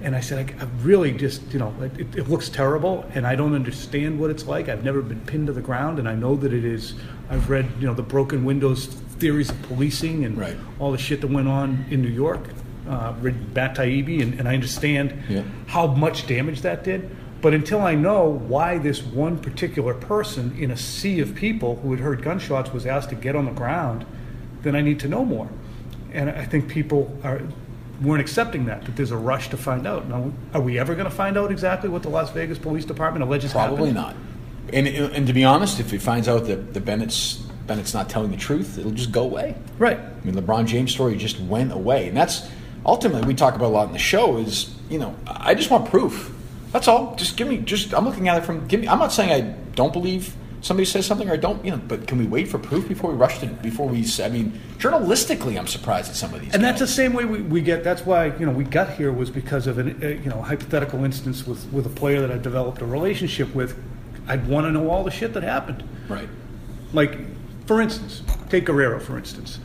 S4: And I said, I, I really just, you know, it- it, it looks terrible, and I don't understand what it's like. I've never been pinned to the ground, and I know that it is. I've read, you know, the broken windows theories of policing and
S2: Right.
S4: all the shit that went on in New York, uh, read Bat Taibbi, and, and I understand
S2: Yeah.
S4: how much damage that did. But until I know why this one particular person in a sea of people who had heard gunshots was asked to get on the ground, then I need to know more. And I think people are weren't accepting that that there's a rush to find out. Now, are we ever going to find out exactly what the Las Vegas Police Department alleges
S2: Probably
S4: happened?
S2: not. And, and to be honest, if he finds out that the Bennett's Bennett's not telling the truth, it'll just go away.
S4: Right.
S2: I mean, LeBron James' story just went away, and that's ultimately we talk about a lot in the show. Is you know, I just want proof. That's all. Just give me. Just I'm looking at it from. Give me. I'm not saying I don't believe somebody says something or I don't. You know, but can we wait for proof before we rush to? Before we. s- I mean, journalistically, I'm surprised at some of these.
S4: And that's the
S2: guys.
S4: same way we, we get. That's why you know we got here was because of an uh, you know hypothetical instance with with a player that I developed a relationship with. I'd want to know all the shit that happened.
S2: right.
S4: Like, for instance, take Guerrero for instance.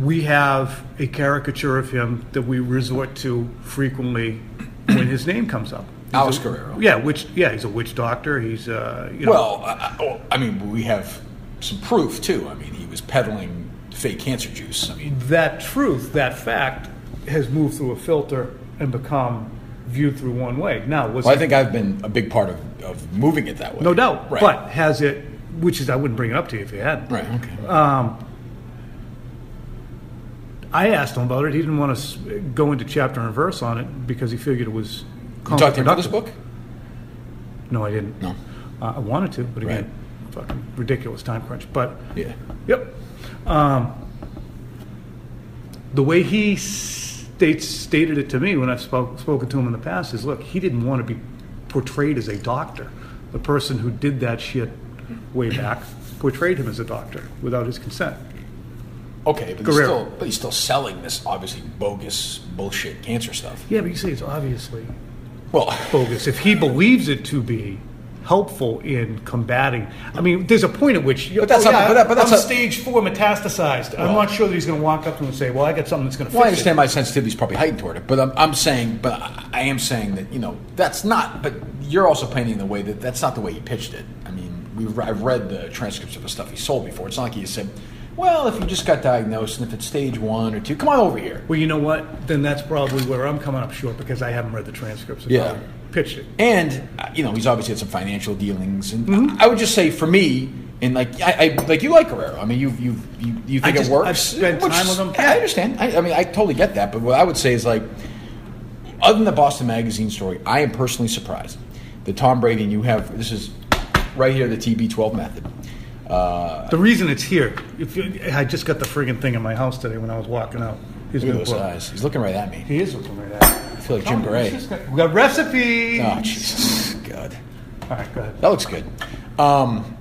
S4: We have a caricature of him that we resort to frequently when his name comes up. He's
S2: Alex
S4: a-
S2: Guerrero.
S4: Yeah, which yeah, he's a witch doctor. He's uh, you know,
S2: Well, I, I- oh, I mean, we have some proof too. I mean, he was peddling fake cancer juice. I mean.
S4: that truth, that fact, has moved through a filter and become viewed through one way. Now, was
S2: Well,
S4: it-
S2: I think I've been a big part of, of moving it that way.
S4: no doubt,
S2: Right.
S4: but has it? Which is I wouldn't bring it up to you if you hadn't.
S2: Right. Okay.
S4: Um, I asked him about it. He didn't want to s- go into chapter and verse on it because he figured it was.
S2: you talked to him about this
S4: counterproductive.
S2: book?
S4: No, I didn't.
S2: No.
S4: Uh, I wanted to, but again, fucking ridiculous time crunch. But
S2: Yeah.
S4: yep. Um, the way he states, stated it to me when I've spoke, spoken to him in the past is look, he didn't want to be portrayed as a doctor. The person who did that shit way back portrayed him as a doctor without his consent.
S2: Okay, but he's,
S4: Guerrero.
S2: still, but he's still selling this obviously bogus bullshit cancer stuff.
S4: Yeah, but you say it's obviously
S2: Well,
S4: bogus if he believes it to be helpful in combating. I mean, there's a point at which
S2: But that's
S4: oh,
S2: a-
S4: yeah,
S2: but that- but that's
S4: I'm
S2: a-
S4: stage four metastasized. I'm not sure that he's going to walk up to him and say, "Well, I got something that's going to
S2: well, I
S4: fix it."
S2: understand my sensitivity's probably heightened toward it, but I'm, I'm saying, but I, I am saying that you know that's not. But you're also painting the way that that's not the way he pitched it. I mean, we've I've read the transcripts of the stuff he sold before. It's not like he said, "Well, if you just got diagnosed and if it's stage one or two, come on over here."
S4: Well, you know what? Then that's probably where I'm coming up short because I haven't read the transcripts. of
S2: Yeah.
S4: how he pitched it.
S2: and uh, you know he's obviously had some financial dealings and
S4: Mm-hmm.
S2: i would just say for me and like I, I like you like Guerrero. I mean, you you you, you think
S4: just-
S2: it works.
S4: I've spent
S2: which
S4: time
S2: is-
S4: with him.
S2: I understand. I, I mean, I totally get that. But what I would say is like, other than the Boston Magazine story, I am personally surprised that Tom Brady and you have this is right here the TB12 method. Uh,
S4: The reason it's here, if you, I just got the friggin' thing in my house today when I was walking out. His
S2: look
S4: new
S2: at those
S4: book.
S2: eyes. He's looking right at me.
S4: He is looking right at.
S2: I
S4: me.
S2: feel like Jim Gray.
S4: This is good. We got recipes.
S2: Oh Jesus, God.
S4: All right, go ahead.
S2: That looks good. Um,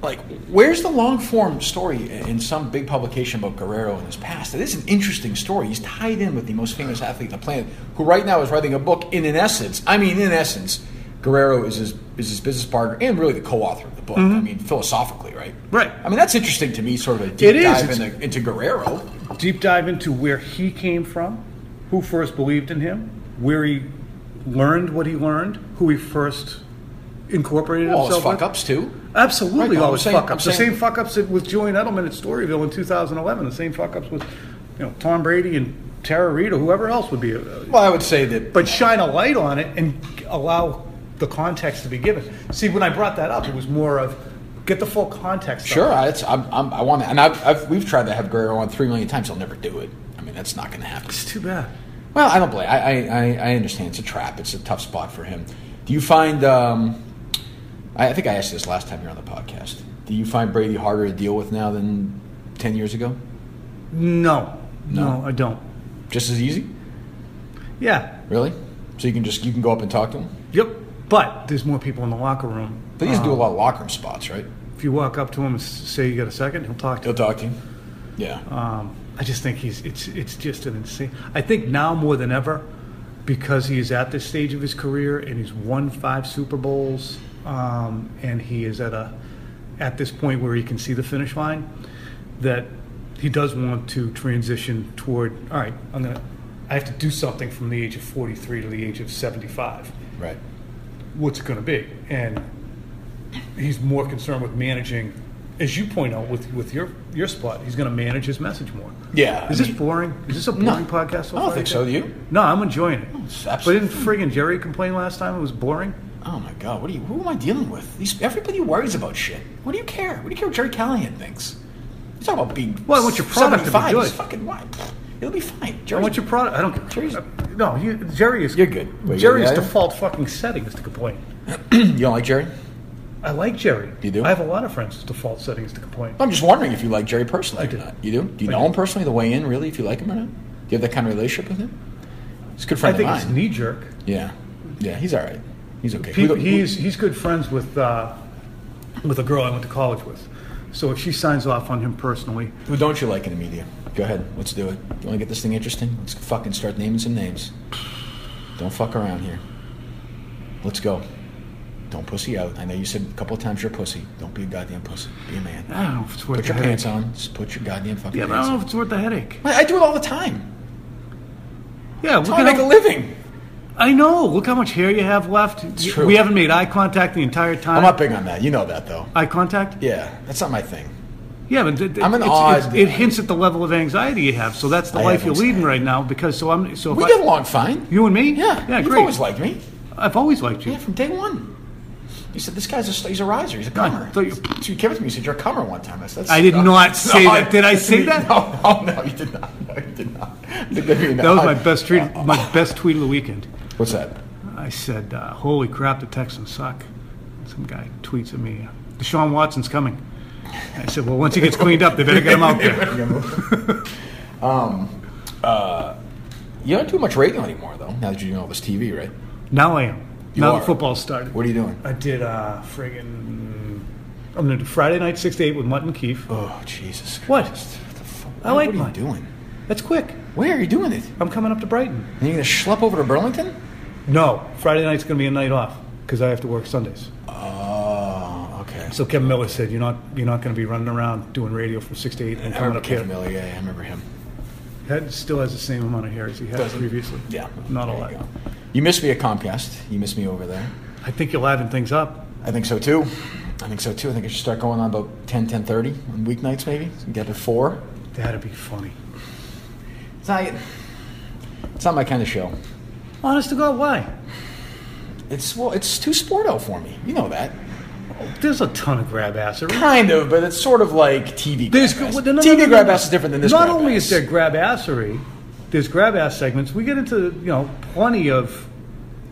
S2: like, where's the long form story in some big publication about Guerrero in his past? It is an interesting story. He's tied in with the most famous athlete on the planet, who right now is writing a book. And in essence, I mean, in essence, Guerrero is his is his business partner and really the co-author of the book. I mean, philosophically, right?
S4: Mm-hmm. Right.
S2: I mean, that's interesting to me. Sort of a deep
S4: It is.
S2: dive
S4: It's-
S2: into, into Guerrero.
S4: deep dive into where he came from, who first believed in him, where he learned what he learned, who he first incorporated
S2: All his
S4: himself
S2: fuck
S4: with.
S2: ups too. Right,
S4: Absolutely,
S2: no,
S4: all
S2: I'm
S4: his
S2: saying-
S4: fuck ups.
S2: I'm
S4: The
S2: saying-
S4: same fuck ups that with Julian Edelman at Storyville in 2011. The same fuck ups with, you know, Tom Brady and Tara Reid or whoever else would be. uh,
S2: Well, I would say that.
S4: but shine a light on it and allow the context to be given. See, when I brought that up, it was more of get the full context. of
S2: Sure,
S4: it.
S2: I, it's, I'm, I'm, I want to, and I've, I've, we've tried to have Guerrero on three million times. He'll never do it. I mean, that's not going to happen.
S4: It's too bad.
S2: Well, I don't blame. I, I, I- I understand it's a trap. It's a tough spot for him. Do you find? Um, I, I think I asked this last time you were on the podcast. Do you find Brady harder to deal with now than ten years ago?
S4: No,
S2: No.
S4: no I don't.
S2: Just as easy,
S4: Yeah,
S2: really? So you can just you can go up and talk to him.
S4: Yep. But there's more people in the locker room. Uh,
S2: But he doesn't do a lot of locker room spots, right?
S4: If you walk up to him and s- say you got a second, he'll talk to
S2: He'll
S4: you.
S2: talk to you. Yeah.
S4: Um, I just think he's it's it's just an insane. I think now more than ever, because he is at this stage of his career and he's won five Super Bowls, um, and he is at a at this point where he can see the finish line, that he does want to transition toward. All right, I'm gonna. I have to do something from the age of 43 to the age of 75.
S2: Right.
S4: What's it going to be? And he's more concerned with managing, as you point out with with your your spot. He's going to manage his message more.
S2: Yeah.
S4: Is
S2: I
S4: this
S2: mean,
S4: boring? Is this a boring
S2: No.
S4: podcast? So
S2: I don't
S4: far,
S2: think
S4: Jay?
S2: so. Do you?
S4: No, I'm enjoying it.
S2: it's
S4: But
S2: absolutely-
S4: didn't friggin' Jerry complain last time it was boring?
S2: Oh my God! What are you? Who am I dealing with? These everybody worries about shit. What do you care? What do you care what Jerry Callahan thinks? You talk about being.
S4: Well, I want your product to be
S2: 75.
S4: good.
S2: It's fucking what? It'll be fine.
S4: I
S2: Jerry,
S4: want your product. I don't
S2: Jerry's-
S4: care. No, you, Jerry is.
S2: You're good. Wait,
S4: Jerry's
S2: yeah, yeah.
S4: default fucking setting is to complain.
S2: you don't like Jerry?
S4: I like Jerry.
S2: You do?
S4: I have a lot of friends whose default setting is to complain.
S2: I'm just wondering if you like Jerry personally
S4: I
S2: or
S4: do.
S2: not. You do? Do you
S4: I
S2: know
S4: do.
S2: him personally? The way in, really? If you like him or not? Do you have that kind of relationship with him? He's a good
S4: I
S2: friend
S4: think
S2: of
S4: it's
S2: mine.
S4: knee jerk.
S2: yeah, yeah, he's all right. He's okay.
S4: He,
S2: Who- who-
S4: he's he's good friends with uh, with a girl I went to college with. So if she signs off on him personally,
S2: Who don't you like in the media? Go ahead. Let's do it. You want to get this thing interesting? Let's fucking start naming some names. Don't fuck around here. Let's go. Don't pussy out. I know you said a couple of times you're a pussy. Don't be a goddamn pussy. Be a man.
S4: I don't know if it's worth
S2: Put
S4: the
S2: your
S4: headache.
S2: pants on. Just put your goddamn fucking
S4: Yeah, but I
S2: pants
S4: don't know
S2: on.
S4: if it's worth the headache.
S2: I, I do it all the time.
S4: Yeah, look
S2: That's how I
S4: at
S2: make a
S4: how,
S2: living.
S4: I know. Look how much hair you have left. You-
S2: true.
S4: We haven't made eye contact the entire time.
S2: I'm not big on that. You know that though.
S4: Eye contact?
S2: Yeah, that's not my thing.
S4: Yeah, but it,
S2: I'm an
S4: it's-
S2: odd-
S4: it's- it hints at the level of anxiety you have. So that's the
S2: I
S4: life
S2: have
S4: you're leading
S2: anxiety.
S4: right now. Because so I'm so if
S2: We
S4: I-
S2: get along fine.
S4: you and me.
S2: yeah,
S4: yeah,
S2: you've
S4: great.
S2: always liked me.
S4: I've always liked you.
S2: Yeah, from day one. You said this guy's a he's a riser. He's a
S4: I
S2: comer.
S4: thought you-
S2: so you came up to me. You said you're a comer one time. I said
S4: I did not say that. Did I say that?
S2: No, oh, no, you did not. No, you did not. You did not.
S4: That was my best tweet. My best tweet of the weekend.
S2: What's that?
S4: I said, uh, "Holy crap, the Texans suck." Some guy tweets at me, "Deshaun Watson's coming." I said, "Well, once he gets cleaned up, they better get him out there."
S2: You don't do much radio anymore, though. Now that you're doing all this TV, right?
S4: Now I am.
S2: You
S4: now
S2: are.
S4: the football started.
S2: What are you doing?
S4: I did uh, friggin' I'm gonna do Friday night six to eight with Mutt and Keefe.
S2: Oh Jesus! Christ.
S4: What?
S2: What the fuck?
S4: I like
S2: What are
S4: mine.
S2: you doing?
S4: That's quick.
S2: Where are you doing it?
S4: I'm coming up to Brighton.
S2: Are you gonna schlep over to Burlington?
S4: No, Friday night's gonna be a night off because I have to work Sundays.
S2: Oh, okay.
S4: So Kevin Miller said, "You're not you're not gonna be running around doing radio from six to eight and
S2: I
S4: coming
S2: remember
S4: up here."
S2: Kevin Miller. Yeah, yeah, I remember him.
S4: Head still has the same amount of hair as he had
S2: Doesn't-
S4: previously.
S2: Yeah,
S4: not a
S2: There you
S4: lot.
S2: go. You miss me at Comcast. You miss me over there.
S4: I think you'll liven things up.
S2: I think so too. I think so too. I think I should start going on about 10, 10.30 on weeknights maybe. Get up at 4.
S4: That'd be funny.
S2: It's not, it's not my kind of show.
S4: Honest to God, why?
S2: It's, well, it's too sporto for me. You know that.
S4: There's a ton of grab assery.
S2: Kind of, but it's sort of like TV
S4: There's
S2: grab ass.
S4: well, no, no,
S2: TV
S4: no, no,
S2: grab
S4: no.
S2: ass is different than this
S4: Not
S2: grab
S4: only is
S2: ass.
S4: there grab assery, there's grab ass segments. We get into you know plenty of.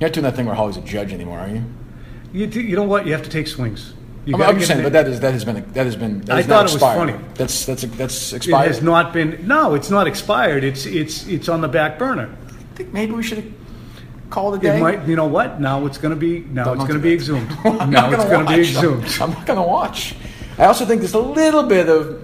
S2: You're not doing that thing where Holly's a judge anymore, are you?
S4: You, do- you know what? You have to take swings. You
S2: I'm,
S4: gotta
S2: I'm just
S4: get
S2: saying, but
S4: in there.
S2: that, is, that has been, that has been, that
S4: I
S2: has now
S4: thought it was
S2: expired.
S4: funny.
S2: That's, that's, that's
S4: it
S2: expired.
S4: has not been. No, it's not expired. It's it's it's on the back burner.
S2: I think maybe we should call it a
S4: It
S2: day.
S4: might. You know what? Now it's going to be. Now
S2: Don't
S4: it's
S2: do
S4: going to
S2: that.
S4: be exhumed.
S2: I'm
S4: now
S2: not
S4: it's
S2: gonna
S4: going to be
S2: watch.
S4: exhumed.
S2: I'm not gonna watch. I also think there's a little bit of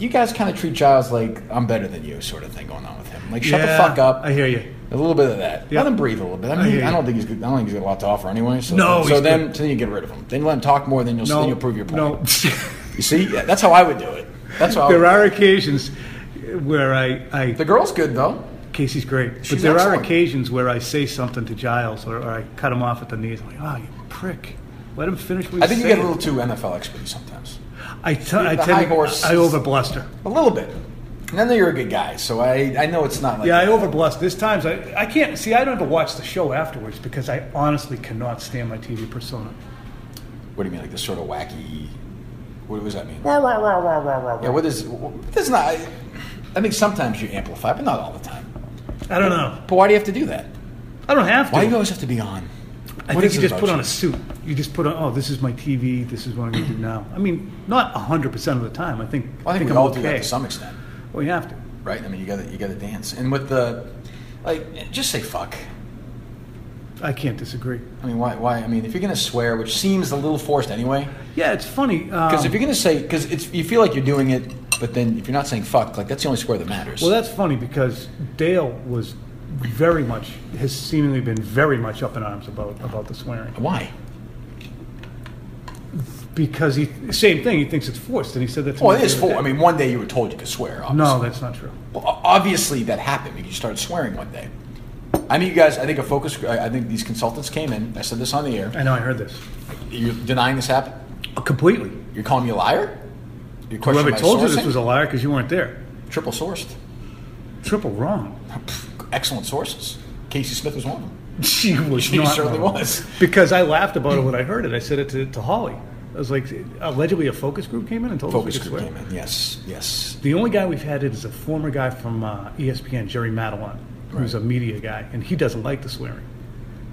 S2: you guys kind of treat Giles like I'm better than you sort of thing going on with him. Like shut
S4: Yeah,
S2: the fuck up.
S4: I hear you.
S2: A little bit of that.
S4: Yeah.
S2: Let him breathe a little bit. I
S4: I
S2: mean,
S4: hear
S2: I,
S4: you.
S2: don't think he's. Good. I don't think he's got a lot to offer anyway. So,
S4: No,
S2: So
S4: he's
S2: then,
S4: good.
S2: so then you get rid of him. Then you let him talk more. Then you'll.
S4: No,
S2: Then you'll prove your point. Oh.
S4: No,
S2: You see, yeah, that's how I would do it. That's how. I
S4: there
S2: would-
S4: are occasions where I, I
S2: The girl's good though.
S4: Casey's great, but
S2: She's
S4: there are
S2: excellent.
S4: occasions where I say something to Giles or, or I cut him off at the knees. I'm like, ah, you prick. Let him finish what he's
S2: I think you get a
S4: saying."
S2: little too NFL expert sometimes.
S4: I, t- I
S2: the
S4: tend
S2: high
S4: to-
S2: horse
S4: I
S2: is-
S4: overbluster.
S2: A little bit. And I know you're a good guy, so I, I know it's not like
S4: Yeah, I
S2: that.
S4: overbluster. There's times I, I can't see. I don't ever watch the show afterwards because I honestly cannot stand my TV persona.
S2: What do you mean, like this sort of wacky? What does that mean? Yeah, what is? That's not. I, I think sometimes you amplify, but not all the time.
S4: I don't know.
S2: But why do you have to do that?
S4: I don't have to.
S2: Why do you always have to be on?
S4: I
S2: What
S4: think
S2: is
S4: you
S2: it
S4: just
S2: about
S4: put on a suit. You just put on. Oh, this is my TV. This is what I'm going to do now. I mean, not hundred percent of the time. I think.
S2: Well, I think we
S4: I'm
S2: all
S4: okay.
S2: do that to some extent,
S4: Well, you have to.
S2: right? I mean, you got to you got to dance, and with the like, just say fuck.
S4: I can't disagree.
S2: I mean, why? Why? I mean, if you're gonna swear, which seems a little forced anyway,
S4: Yeah, it's funny.
S2: because
S4: Um,
S2: if you're gonna say, because it's you feel like you're doing it, but then if you're not saying fuck, like that's the only swear that matters.
S4: well, that's funny because Dale was very much has seemingly been very much up in arms about about the swearing.
S2: why?
S4: because he same thing. He thinks it's forced, and he said that. to
S2: Well, Oh,
S4: me
S2: it
S4: the
S2: is
S4: other
S2: full.
S4: day.
S2: I mean, one day you were told you could swear. Obviously.
S4: no, that's not true.
S2: Well, o- obviously that happened because you started swearing one day. I mean, you guys. I think a focus. I I think these consultants came in. I said this on the air.
S4: I know. I heard this
S2: You're denying this happened.
S4: completely.
S2: You're calling me a liar. You're questioning
S4: Whoever
S2: my
S4: told you this
S2: sourcing?
S4: was a liar because you weren't there.
S2: triple sourced.
S4: Triple wrong.
S2: Excellent sources. Casey Smith was one of them.
S4: She was
S2: She
S4: not
S2: certainly
S4: wrong.
S2: was.
S4: Because I laughed about it when I heard it. I said it to, to Holly. I was like, allegedly a focus group came in and told
S2: Focus
S4: us we could
S2: group
S4: swear.
S2: came in. Yes, yes.
S4: The only guy we've had it is a former guy from uh, ESPN, Jerry Madelon, who's
S2: Right.
S4: a media guy, and he doesn't like the swearing.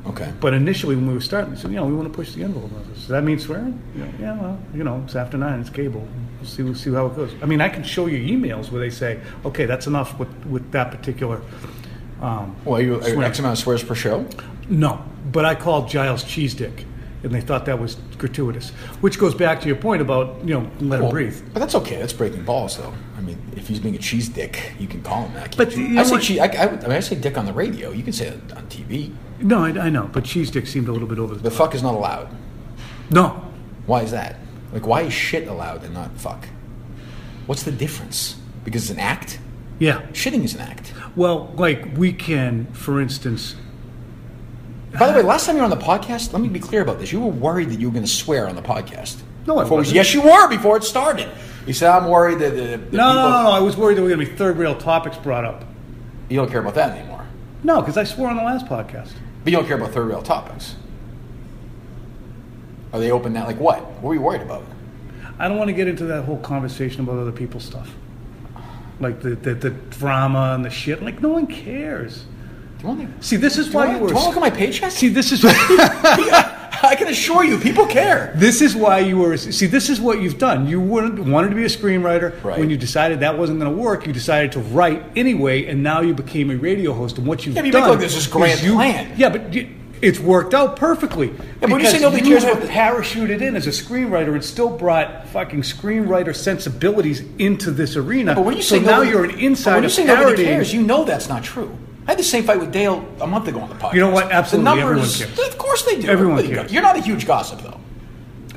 S2: Okay.
S4: But initially, when we were starting, we said, you know, we want to push the envelope. I said, Does that mean swearing? You know, yeah, well, you know, it's after nine, it's cable. We'll see, we'll see how it goes. I mean, I can show you emails where they say, okay, that's enough with, with that particular. Um,
S2: Well, are you are you
S4: Swear.
S2: X amount of swears per show.
S4: no, but I called Giles Cheese Dick, and they thought that was gratuitous, which goes back to your point about, you know, let him
S2: Well,
S4: breathe.
S2: But that's okay. That's breaking balls, though. I mean, if he's being a cheese dick, you can call him that.
S4: But you know
S2: I say
S4: what-
S2: cheese. I, I, would- I mean, I say dick on the radio. You can say it on TV.
S4: No, I, I know, but Cheese Dick seemed a little bit over the
S2: The fuck is not allowed.
S4: No,
S2: Why is that? Like, why is shit allowed and not fuck? What's the difference? Because it's an act.
S4: yeah.
S2: Shitting is an act.
S4: Well, like we can, for instance,
S2: By the way, last time you were on the podcast, let me be clear about this. You were worried that you were going to swear on the podcast.
S4: No, I
S2: Before-
S4: wasn't.
S2: Yes, you were before it started. You said, "I'm worried that the, the
S4: no, no, no, no. I was worried there were going to be third rail topics brought up.
S2: you don't care about that anymore."
S4: No, because I swore on the last podcast.
S2: But you don't care about third rail topics. Are they open now? Like what? What were you worried about?
S4: I don't want to get into that whole conversation about other people's stuff, like the the, the drama and the shit. Like no one cares.
S2: Do you want to,
S4: See, this is
S2: do you
S4: why
S2: want,
S4: you
S2: do
S4: were.
S2: you want to look at my paycheck?
S4: See, this is
S2: I can assure you, people care.
S4: this is why you were. See, this is what you've done. You wanted wanted to be a screenwriter.
S2: Right.
S4: When you decided that wasn't going to work, you decided to write anyway, and now you became a radio host. And what you've
S2: Yeah, but you
S4: done
S2: make it like there's this grand
S4: is you-
S2: plan.
S4: Yeah, but you- it's worked out perfectly.
S2: but when you
S4: because
S2: say nobody
S4: you
S2: cares
S4: have
S2: about the-
S4: parachuted in as a screenwriter and still brought fucking screenwriter sensibilities into this arena.
S2: But when you
S4: so
S2: say
S4: now
S2: nobody-
S4: you're an
S2: but
S4: insider
S2: when you say nobody
S4: parodying-
S2: cares, you know that's not true. I had the same fight with Dale a month ago on the podcast.
S4: You know what? Absolutely,
S2: the
S4: everyone
S2: numbers,
S4: cares.
S2: Of course they do.
S4: Everyone
S2: Everybody
S4: cares.
S2: You're not a huge gossip though.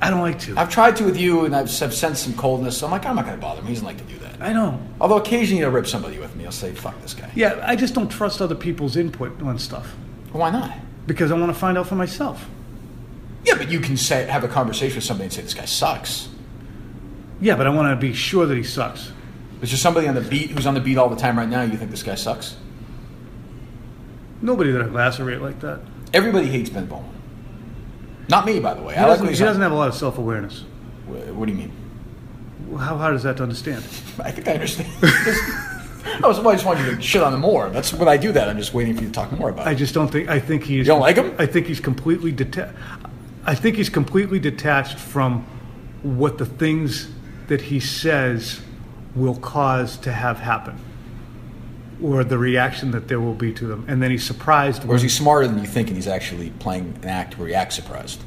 S4: I don't like to.
S2: I've tried to with you, and I've, I've sensed some coldness. I'm like, I'm not going to bother him. He doesn't like to do that.
S4: I know.
S2: Although occasionally I'll rip somebody with me. I'll say, fuck this guy.
S4: Yeah, I just don't trust other people's input on stuff
S2: Why not?
S4: because I want to find out for myself.
S2: Yeah, but you can say have a conversation with somebody and say this guy sucks.
S4: Yeah, but I want to be sure that he sucks.
S2: Is there somebody on the beat who's on the beat all the time right now? You think this guy sucks?
S4: Nobody that I lacerate like that.
S2: Everybody hates Ben Bowman. Not me, by the way.
S4: He,
S2: I like
S4: doesn't,
S2: what he's
S4: he doesn't
S2: on-
S4: have a lot of self awareness.
S2: Wh- What do you mean?
S4: How hard is that to understand?
S2: I think I understand. I was I just wanted you to shit on him more. That's when I do that. I'm just waiting for you to talk more about
S4: I
S2: it.
S4: just don't think. I think he's.
S2: You don't like him?
S4: I think he's completely detached. I think he's completely detached from what the things that he says will cause to have happen, or the reaction that there will be to them, and then he's surprised.
S2: Or
S4: when
S2: is he smarter than you think and he's actually playing an act where he acts surprised?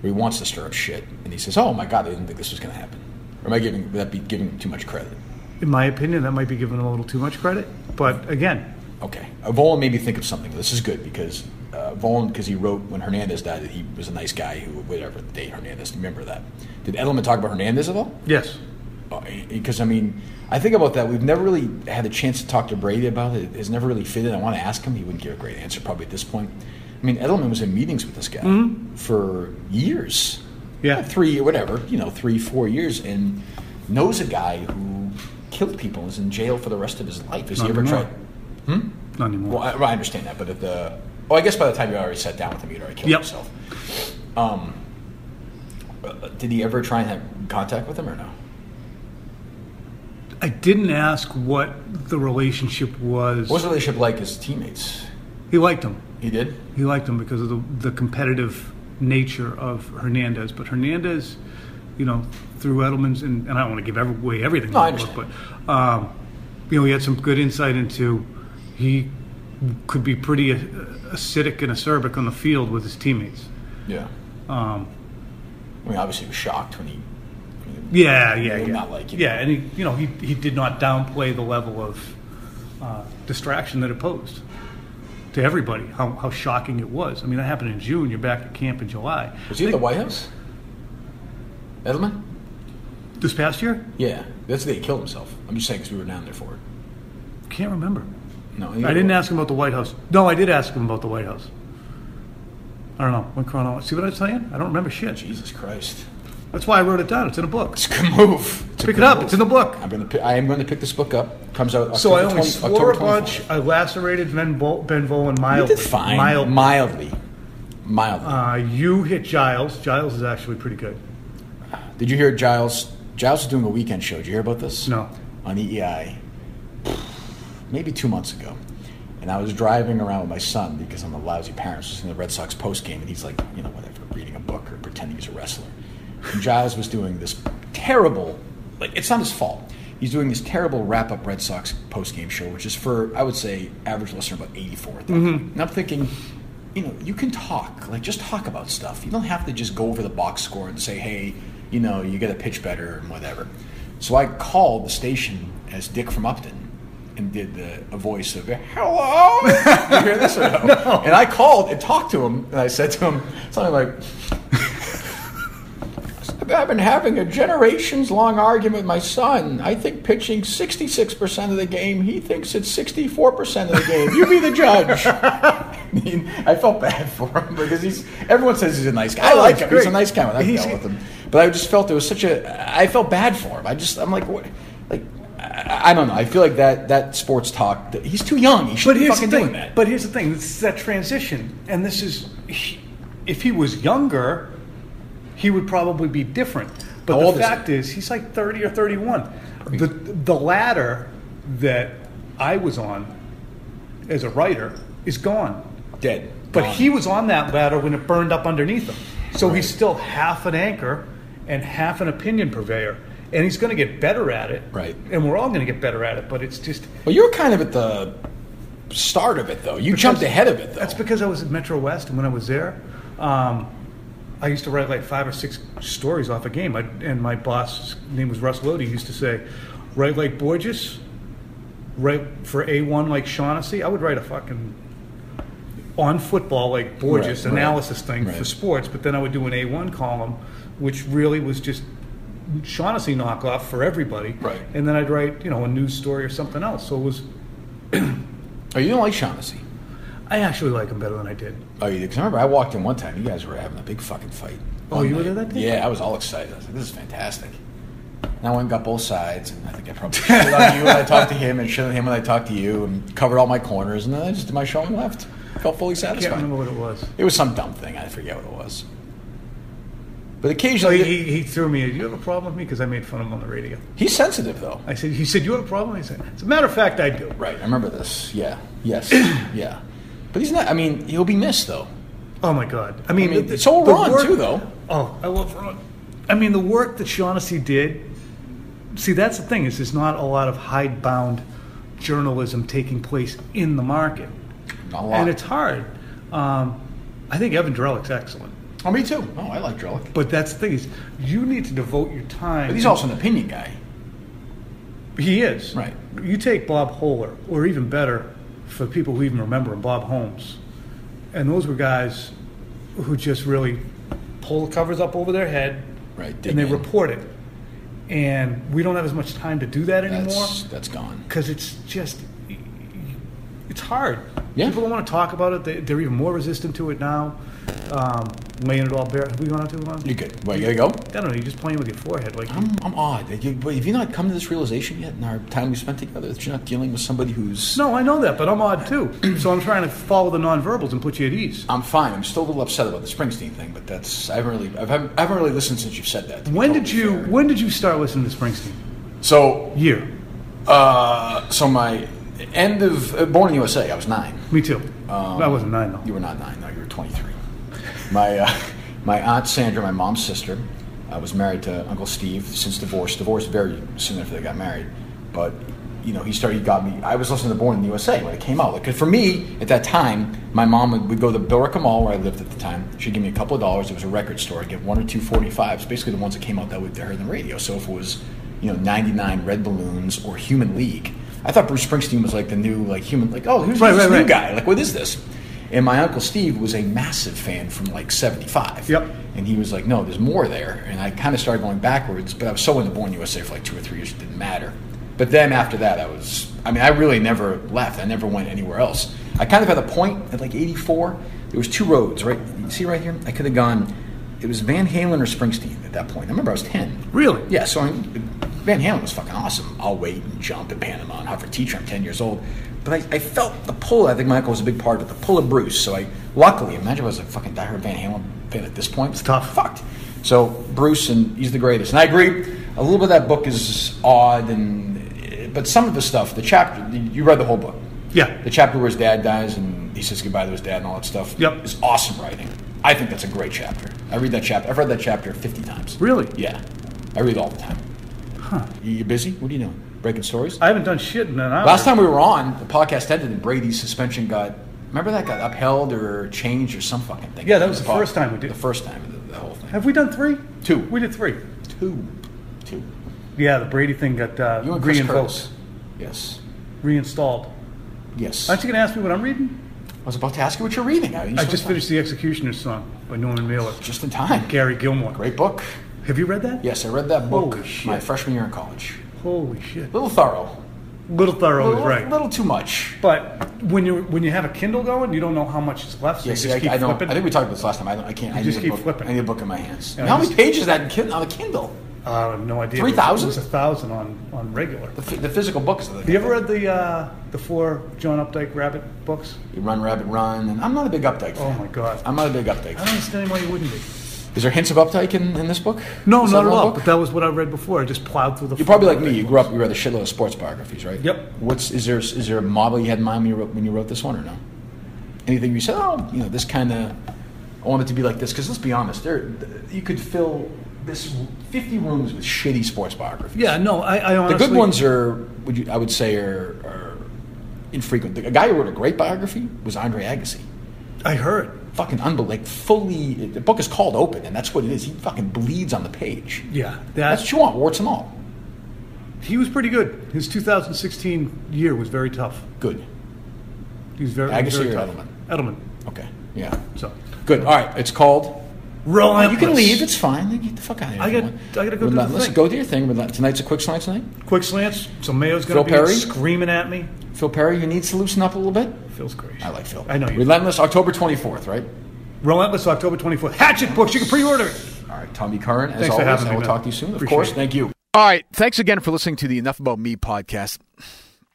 S2: Where he wants to stir up shit and he says, Oh my god, I didn't think this was gonna happen. Or am I giving would that be giving him too much credit?
S4: in my opinion, that might be given a little too much credit. But again,
S2: Okay. Uh, Volan made me think of something. This is good because uh, Volan, because he wrote when Hernandez died that he was a nice guy who, whatever, the day Hernandez, remember that. Did Edelman talk about Hernandez at all?
S4: yes,
S2: Because, Uh, I mean, I think about that. We've never really had a chance to talk to Brady about it. It's never really fitted. I want to ask him. He wouldn't give a great answer probably at this point. I mean, Edelman was in meetings with this guy for years
S4: Mm-hmm. yeah,
S2: three whatever you know three four years and knows a guy who killed people and is in jail for the rest of his life has
S4: Not
S2: he ever
S4: anymore.
S2: tried
S4: not anymore.
S2: well I, well, I understand that but at the oh i guess by the time you already sat down with him he'd already killed
S4: Yep.
S2: himself um, uh, did he ever try and have contact with him or no
S4: I didn't ask what the relationship was.
S2: what was the relationship like as teammates
S4: He liked him.
S2: he did
S4: He liked him because of the, the competitive nature of Hernandez. But Hernandez, you know, through Edelman's, and, and I don't want to give every, away everything,
S2: No, I
S4: about it,
S2: understand.
S4: but, um, you know, he had some good insight into he could be pretty uh, acidic and acerbic on the field with his teammates.
S2: yeah
S4: Um,
S2: i mean obviously he was shocked when he I mean,
S4: yeah, yeah, yeah.
S2: Not like, you
S4: yeah,
S2: know.
S4: and he, you know, he, he did not downplay the level of uh, distraction that it posed to everybody, how, how shocking it was. I mean, that happened in June. You're back at camp in July.
S2: was he at the white house Edelman?
S4: This past year?
S2: Yeah, that's the day he killed himself. I'm just saying because we were down there for it.
S4: Can't remember.
S2: No,
S4: I didn't ask him about the White House. No, I did ask him about the White House. I don't know. Went chronolog- See what I'm saying? I don't remember shit.
S2: Jesus Christ,
S4: That's why I wrote it down. It's in a book.
S2: it's a good move. It's a
S4: Pick
S2: good
S4: it up.
S2: move.
S4: It's in the book.
S2: I'm gonna. Pi- I am going to pick this book up. Comes out.
S4: So I
S2: October
S4: only
S2: 20
S4: swore
S2: October
S4: a bunch.
S2: 24th.
S4: I lacerated Ben, Bo- ben Volen
S2: You
S4: mildly.
S2: did fine.
S4: Mildly.
S2: Mildly. Mildly.
S4: Uh, you hit Giles. Giles is actually pretty good.
S2: Did you hear Giles? Giles is doing a weekend show. Did you hear about this?
S4: No.
S2: On E EEI, maybe two months ago. And I was driving around with my son because I'm a lousy parent. So I was in the Red Sox post game, and he's like, you know, whatever, reading a book or pretending he's a wrestler. And Giles was doing this terrible, like, it's not his fault. He's doing this terrible wrap up Red Sox post game show, which is for, I would say, average listener about 84. And I'm thinking, you know, you can talk. Like, just talk about stuff. You don't have to just go over the box score and say, hey, you know, you got to pitch better and whatever. So I called the station as Dick from Upton and did the, a voice of, hello. you hear this or no? And I called and talked to him, and I said to him something like, I've been having a generations long argument with my son. I think pitching 66% of the game, he thinks it's 64% of the game. You be the judge. I mean, I felt bad for him because he's everyone says he's a nice guy. I
S4: Oh,
S2: like
S4: it's
S2: him. He's a
S4: great.
S2: nice guy when I
S4: He's-
S2: dealt with him. But I just felt it was such a I felt bad for him. I just I'm like what like I I don't know. I feel like that that sports talk. that- He's too young. He should
S4: But
S2: be
S4: here's the
S2: fucking
S4: thing.
S2: doing that.
S4: But here's the thing. This is that transition, and this is, he- if he was younger, he would probably be different.
S2: How
S4: But
S2: old
S4: the
S2: is he?
S4: fact is, he's like 30 or 31. The the ladder that I was on as a writer is gone.
S2: dead.
S4: But
S2: Gone.
S4: he was on that ladder when it burned up underneath him. So he's still half an anchor and half an opinion purveyor. And he's going to get better at it.
S2: Right.
S4: And we're all going to get better at it. But it's just,
S2: Well, you're kind of at the start of it, though. You jumped ahead of it, though.
S4: that's because I was at Metro West. And when I was there, um, I used to write like five or six stories off a game. I, and my boss, his name was Russ Lodi, he used to say, write like Borges, write for A1 like Shaughnessy. I would write a fucking on football, like Borges
S2: Right, right,
S4: analysis thing for
S2: right.
S4: sports, but then I would do an A1 column, which really was just Shaughnessy knockoff for everybody.
S2: Right.
S4: And then I'd write, you know, a news story or something else. So it was,
S2: Oh, you don't like Shaughnessy.
S4: I actually like him better than I did.
S2: Oh, you do? 'Cause I remember I walked in one time. You guys were having a big fucking fight.
S4: Oh,
S2: One
S4: you were
S2: night.
S4: there that day?
S2: Yeah, I was all excited. I was like, this is fantastic. And I went and got both sides, and I think I probably shit on you when I talked to him, and shit on him when I talked to you, and covered all my corners, and then I just did my show and left. Felt fully
S4: I can't
S2: satisfied.
S4: remember what it was.
S2: It was some dumb thing. I forget what it was. But
S4: So
S2: occasionally,
S4: Oh, he, he, he threw me, you have a problem with me? Because I made fun of him on the radio.
S2: he's sensitive, though.
S4: I said, he said, you have a problem? I said, as a matter of fact, I do.
S2: Right, I remember this. Yeah, yes, yeah. But he's not. I mean, he'll be missed though.
S4: Oh my God. I
S2: I
S4: mean,
S2: mean,
S4: the-
S2: so
S4: the
S2: Ron
S4: work-
S2: too, though.
S4: Oh, I love Ron. I mean, the work that Shaughnessy did. See, that's the thing is, there's not a lot of hidebound journalism taking place in the market,
S2: Not a lot.
S4: and it's hard. Um, I think Evan Drellick's excellent,
S2: oh, me too. Oh, I like Drellick,
S4: but that's the thing is, you need to devote your time.
S2: but he's also an opinion guy.
S4: he is
S2: Right.
S4: You take Bob Holer, or even better, for people who even remember him, Bob Holmes, and those were guys who just really pull the covers up over their head,
S2: Right, dig
S4: and they
S2: in.
S4: report it. And we don't have as much time to do that anymore
S2: That's that's gone.
S4: because it's just it's hard.
S2: Yeah.
S4: People don't want to talk about it. They, they're even more resistant to it now. Um, laying it all bare. Have we gone on too long?
S2: You good? Well, you gotta go.
S4: I don't know. You're just playing with your forehead, like
S2: I'm, I'm odd. Like, you- but have you not come to this realization yet in our time we spent together that you're not dealing with somebody who's?
S4: no, I know that, but I'm odd too. so I'm trying to follow the nonverbals and put you at ease.
S2: I'm fine. I'm still a little upset about the Springsteen thing, but that's I haven't really I've, haven't- I haven't really listened since you've said that. to be
S4: When did
S2: totally
S4: you
S2: fair.
S4: When did you start listening to Springsteen?
S2: So
S4: Year.
S2: uh, so my end of uh, Born in the USA. I was nine.
S4: Me too. I wasn't nine though.
S2: Um, You were not nine, no, you were 23. My, uh, my aunt Sandra, my mom's sister, uh, was married to Uncle Steve, since divorced, divorced very soon after they got married. But, you know, he started, he got me, I was listening to Born in the USA when it came out. Like, 'cause for me, at that time, my mom would, would go to Billerica Mall, where I lived at the time. She'd give me a couple of dollars. It was a record store. I'd get one or two 45s, basically the ones that came out that week to her on the radio. So if it was, you know, 99 Red Balloons or Human League, I thought Bruce Springsteen was like the new, like, human, like, oh, who's
S4: Right,
S2: this
S4: right,
S2: new
S4: right.
S2: guy? Like, what is this? And my uncle Steve was a massive fan from like 75.
S4: Yep.
S2: And he was like, no, there's more there. And I kind of started going backwards, but I was so into Born USA for like two or three years, it didn't matter. But then after that, I was, I mean, I really never left. I never went anywhere else. I kind of had a point at like 84. There was two roads, right? You see right here? I could have gone, it was Van Halen or Springsteen at that point. I remember I was 10.
S4: Really?
S2: Yeah, so I mean, Van Halen was fucking awesome. I'll wait and jump in Panama and hover teacher. I'm 10 years old. But I, I felt the pull. I think Michael was a big part of it, the pull of Bruce. So I, luckily, imagine if I was a fucking diehard Van Halen fan at this point. It's
S4: tough.
S2: Fucked. So Bruce, and he's the greatest. And I agree, a little bit of that book is odd, and but some of the stuff, the chapter, you read the whole book.
S4: Yeah.
S2: The chapter where his dad dies and he says goodbye to his dad and all that stuff
S4: Yep.
S2: is awesome writing. I think that's a great chapter. I read that chapter. I've read that chapter 50 times.
S4: Really?
S2: Yeah. I read it all the time. Huh. You busy? What are you doing? Breaking stories?
S4: I haven't done shit in an hour.
S2: Last time we were on, the podcast ended and Brady's suspension got, remember that got upheld or changed or some fucking thing?
S4: Yeah, that was the first time we did-
S2: The first time, the, the whole thing.
S4: Have we done three?
S2: Two.
S4: We did three.
S2: Two. Two.
S4: Yeah, the Brady thing got uh,
S2: You and Chris
S4: reinvoked,
S2: Curtis. Yes.
S4: reinstalled.
S2: Yes.
S4: Aren't you going to ask me what I'm reading?
S2: I was about to ask you what you're reading. I,
S4: I just finished The Executioner's Song by Norman Mailer.
S2: Just in time.
S4: Gary Gilmore.
S2: Great book.
S4: Have you read that?
S2: Yes, I read that book
S4: Holy shit.
S2: my freshman year in college.
S4: Holy shit.
S2: little thorough.
S4: Little thorough
S2: Little,
S4: is Oh, right.
S2: little too much.
S4: But when you when you have a Kindle going, you don't know how much is left. So
S2: Yeah,
S4: you
S2: see,
S4: just
S2: I,
S4: keep
S2: I don't.
S4: flipping.
S2: I think we talked about this last time. I, don't, I can't. I
S4: just
S2: need a
S4: keep
S2: book,
S4: flipping.
S2: I need a book in my hands.
S4: Yeah,
S2: how
S4: I
S2: many
S4: just-
S2: pages is that in Kindle, on a Kindle?
S4: I have Uh, no idea.
S2: 3,000?
S4: It was a thousand on on regular.
S2: The, f- the physical book is the
S4: Have you ever read the uh, the four John Updike Rabbit books?
S2: You Run Rabbit Run, and I'm not a big Updike.
S4: Oh
S2: fan.
S4: my god!
S2: I'm not a big Updike.
S4: I don't
S2: fan.
S4: understand why you wouldn't be.
S2: Is there hints of Updike in, in this book?
S4: No,
S2: Is that
S4: not at
S2: one
S4: all.
S2: book?
S4: But that was what I read before. I just plowed through the.
S2: You're probably like me. You grew up. You read a shitload of sports biographies, right?
S4: Yep.
S2: What's is there? Is there a model you had in mind when you wrote, when you wrote this one, or no? Anything you said? Oh, you know, this kind of. I want it to be like this because let's be honest. There, you could fill this 50 rooms with shitty sports biographies.
S4: Yeah, no, I, I
S2: The
S4: honestly.
S2: good ones are, would you, I would say, are, are infrequent. The, a guy who wrote a great biography was Andre Agassi.
S4: I heard.
S2: Fucking unbelievable. Like fully, the book is called Open, and that's what it is. He fucking bleeds on the page.
S4: Yeah,
S2: That's
S4: that
S2: what you want, warts and all.
S4: he was pretty good. His 2016 year was very tough.
S2: Good.
S4: He was very.
S2: Agassi
S4: very
S2: or
S4: tough.
S2: Edelman?
S4: Edelman.
S2: Okay. Yeah.
S4: So.
S2: Good. All right. It's called.
S4: Relentless.
S2: You can leave. It's fine. Then Get the fuck out of here.
S4: I
S2: if you
S4: got-
S2: want.
S4: I gotta go do the
S2: Relentless.
S4: thing.
S2: Go do your thing. Relent- Tonight's a quick slants night.
S4: Quick slants. So Mayo's going
S2: Phil
S4: to be
S2: Perry?
S4: screaming at me.
S2: Phil Perry, you need to loosen up a little bit.
S4: Phil's great.
S2: I like Phil.
S4: I know you.
S2: Relentless, October 24th, right?
S4: Relentless, October 24th. Hatchet books. You can pre-order it.
S2: All right, Tommy Curran, as
S4: Thanks for
S2: always,
S4: having
S2: I
S4: me,
S2: will
S4: man.
S2: talk to you soon. Of
S4: Appreciate
S2: course,
S4: it.
S2: thank you.
S6: All right. Thanks again for listening to the Enough About Me podcast.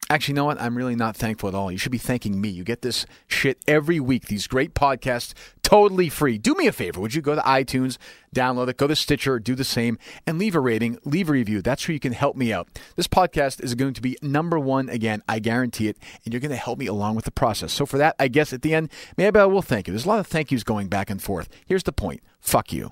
S6: Actually, you know what? I'm really not thankful at all. You should be thanking me. You get this shit every week, these great podcasts, totally free. Do me a favor. Would you go to iTunes, download it, go to Stitcher, do the same, and leave a rating, leave a review. That's where you can help me out. This podcast is going to be number one again. I guarantee it. And you're going to help me along with the process. So, for that, I guess at the end, maybe I will thank you. There's a lot of thank yous going back and forth. Here's the point fuck you.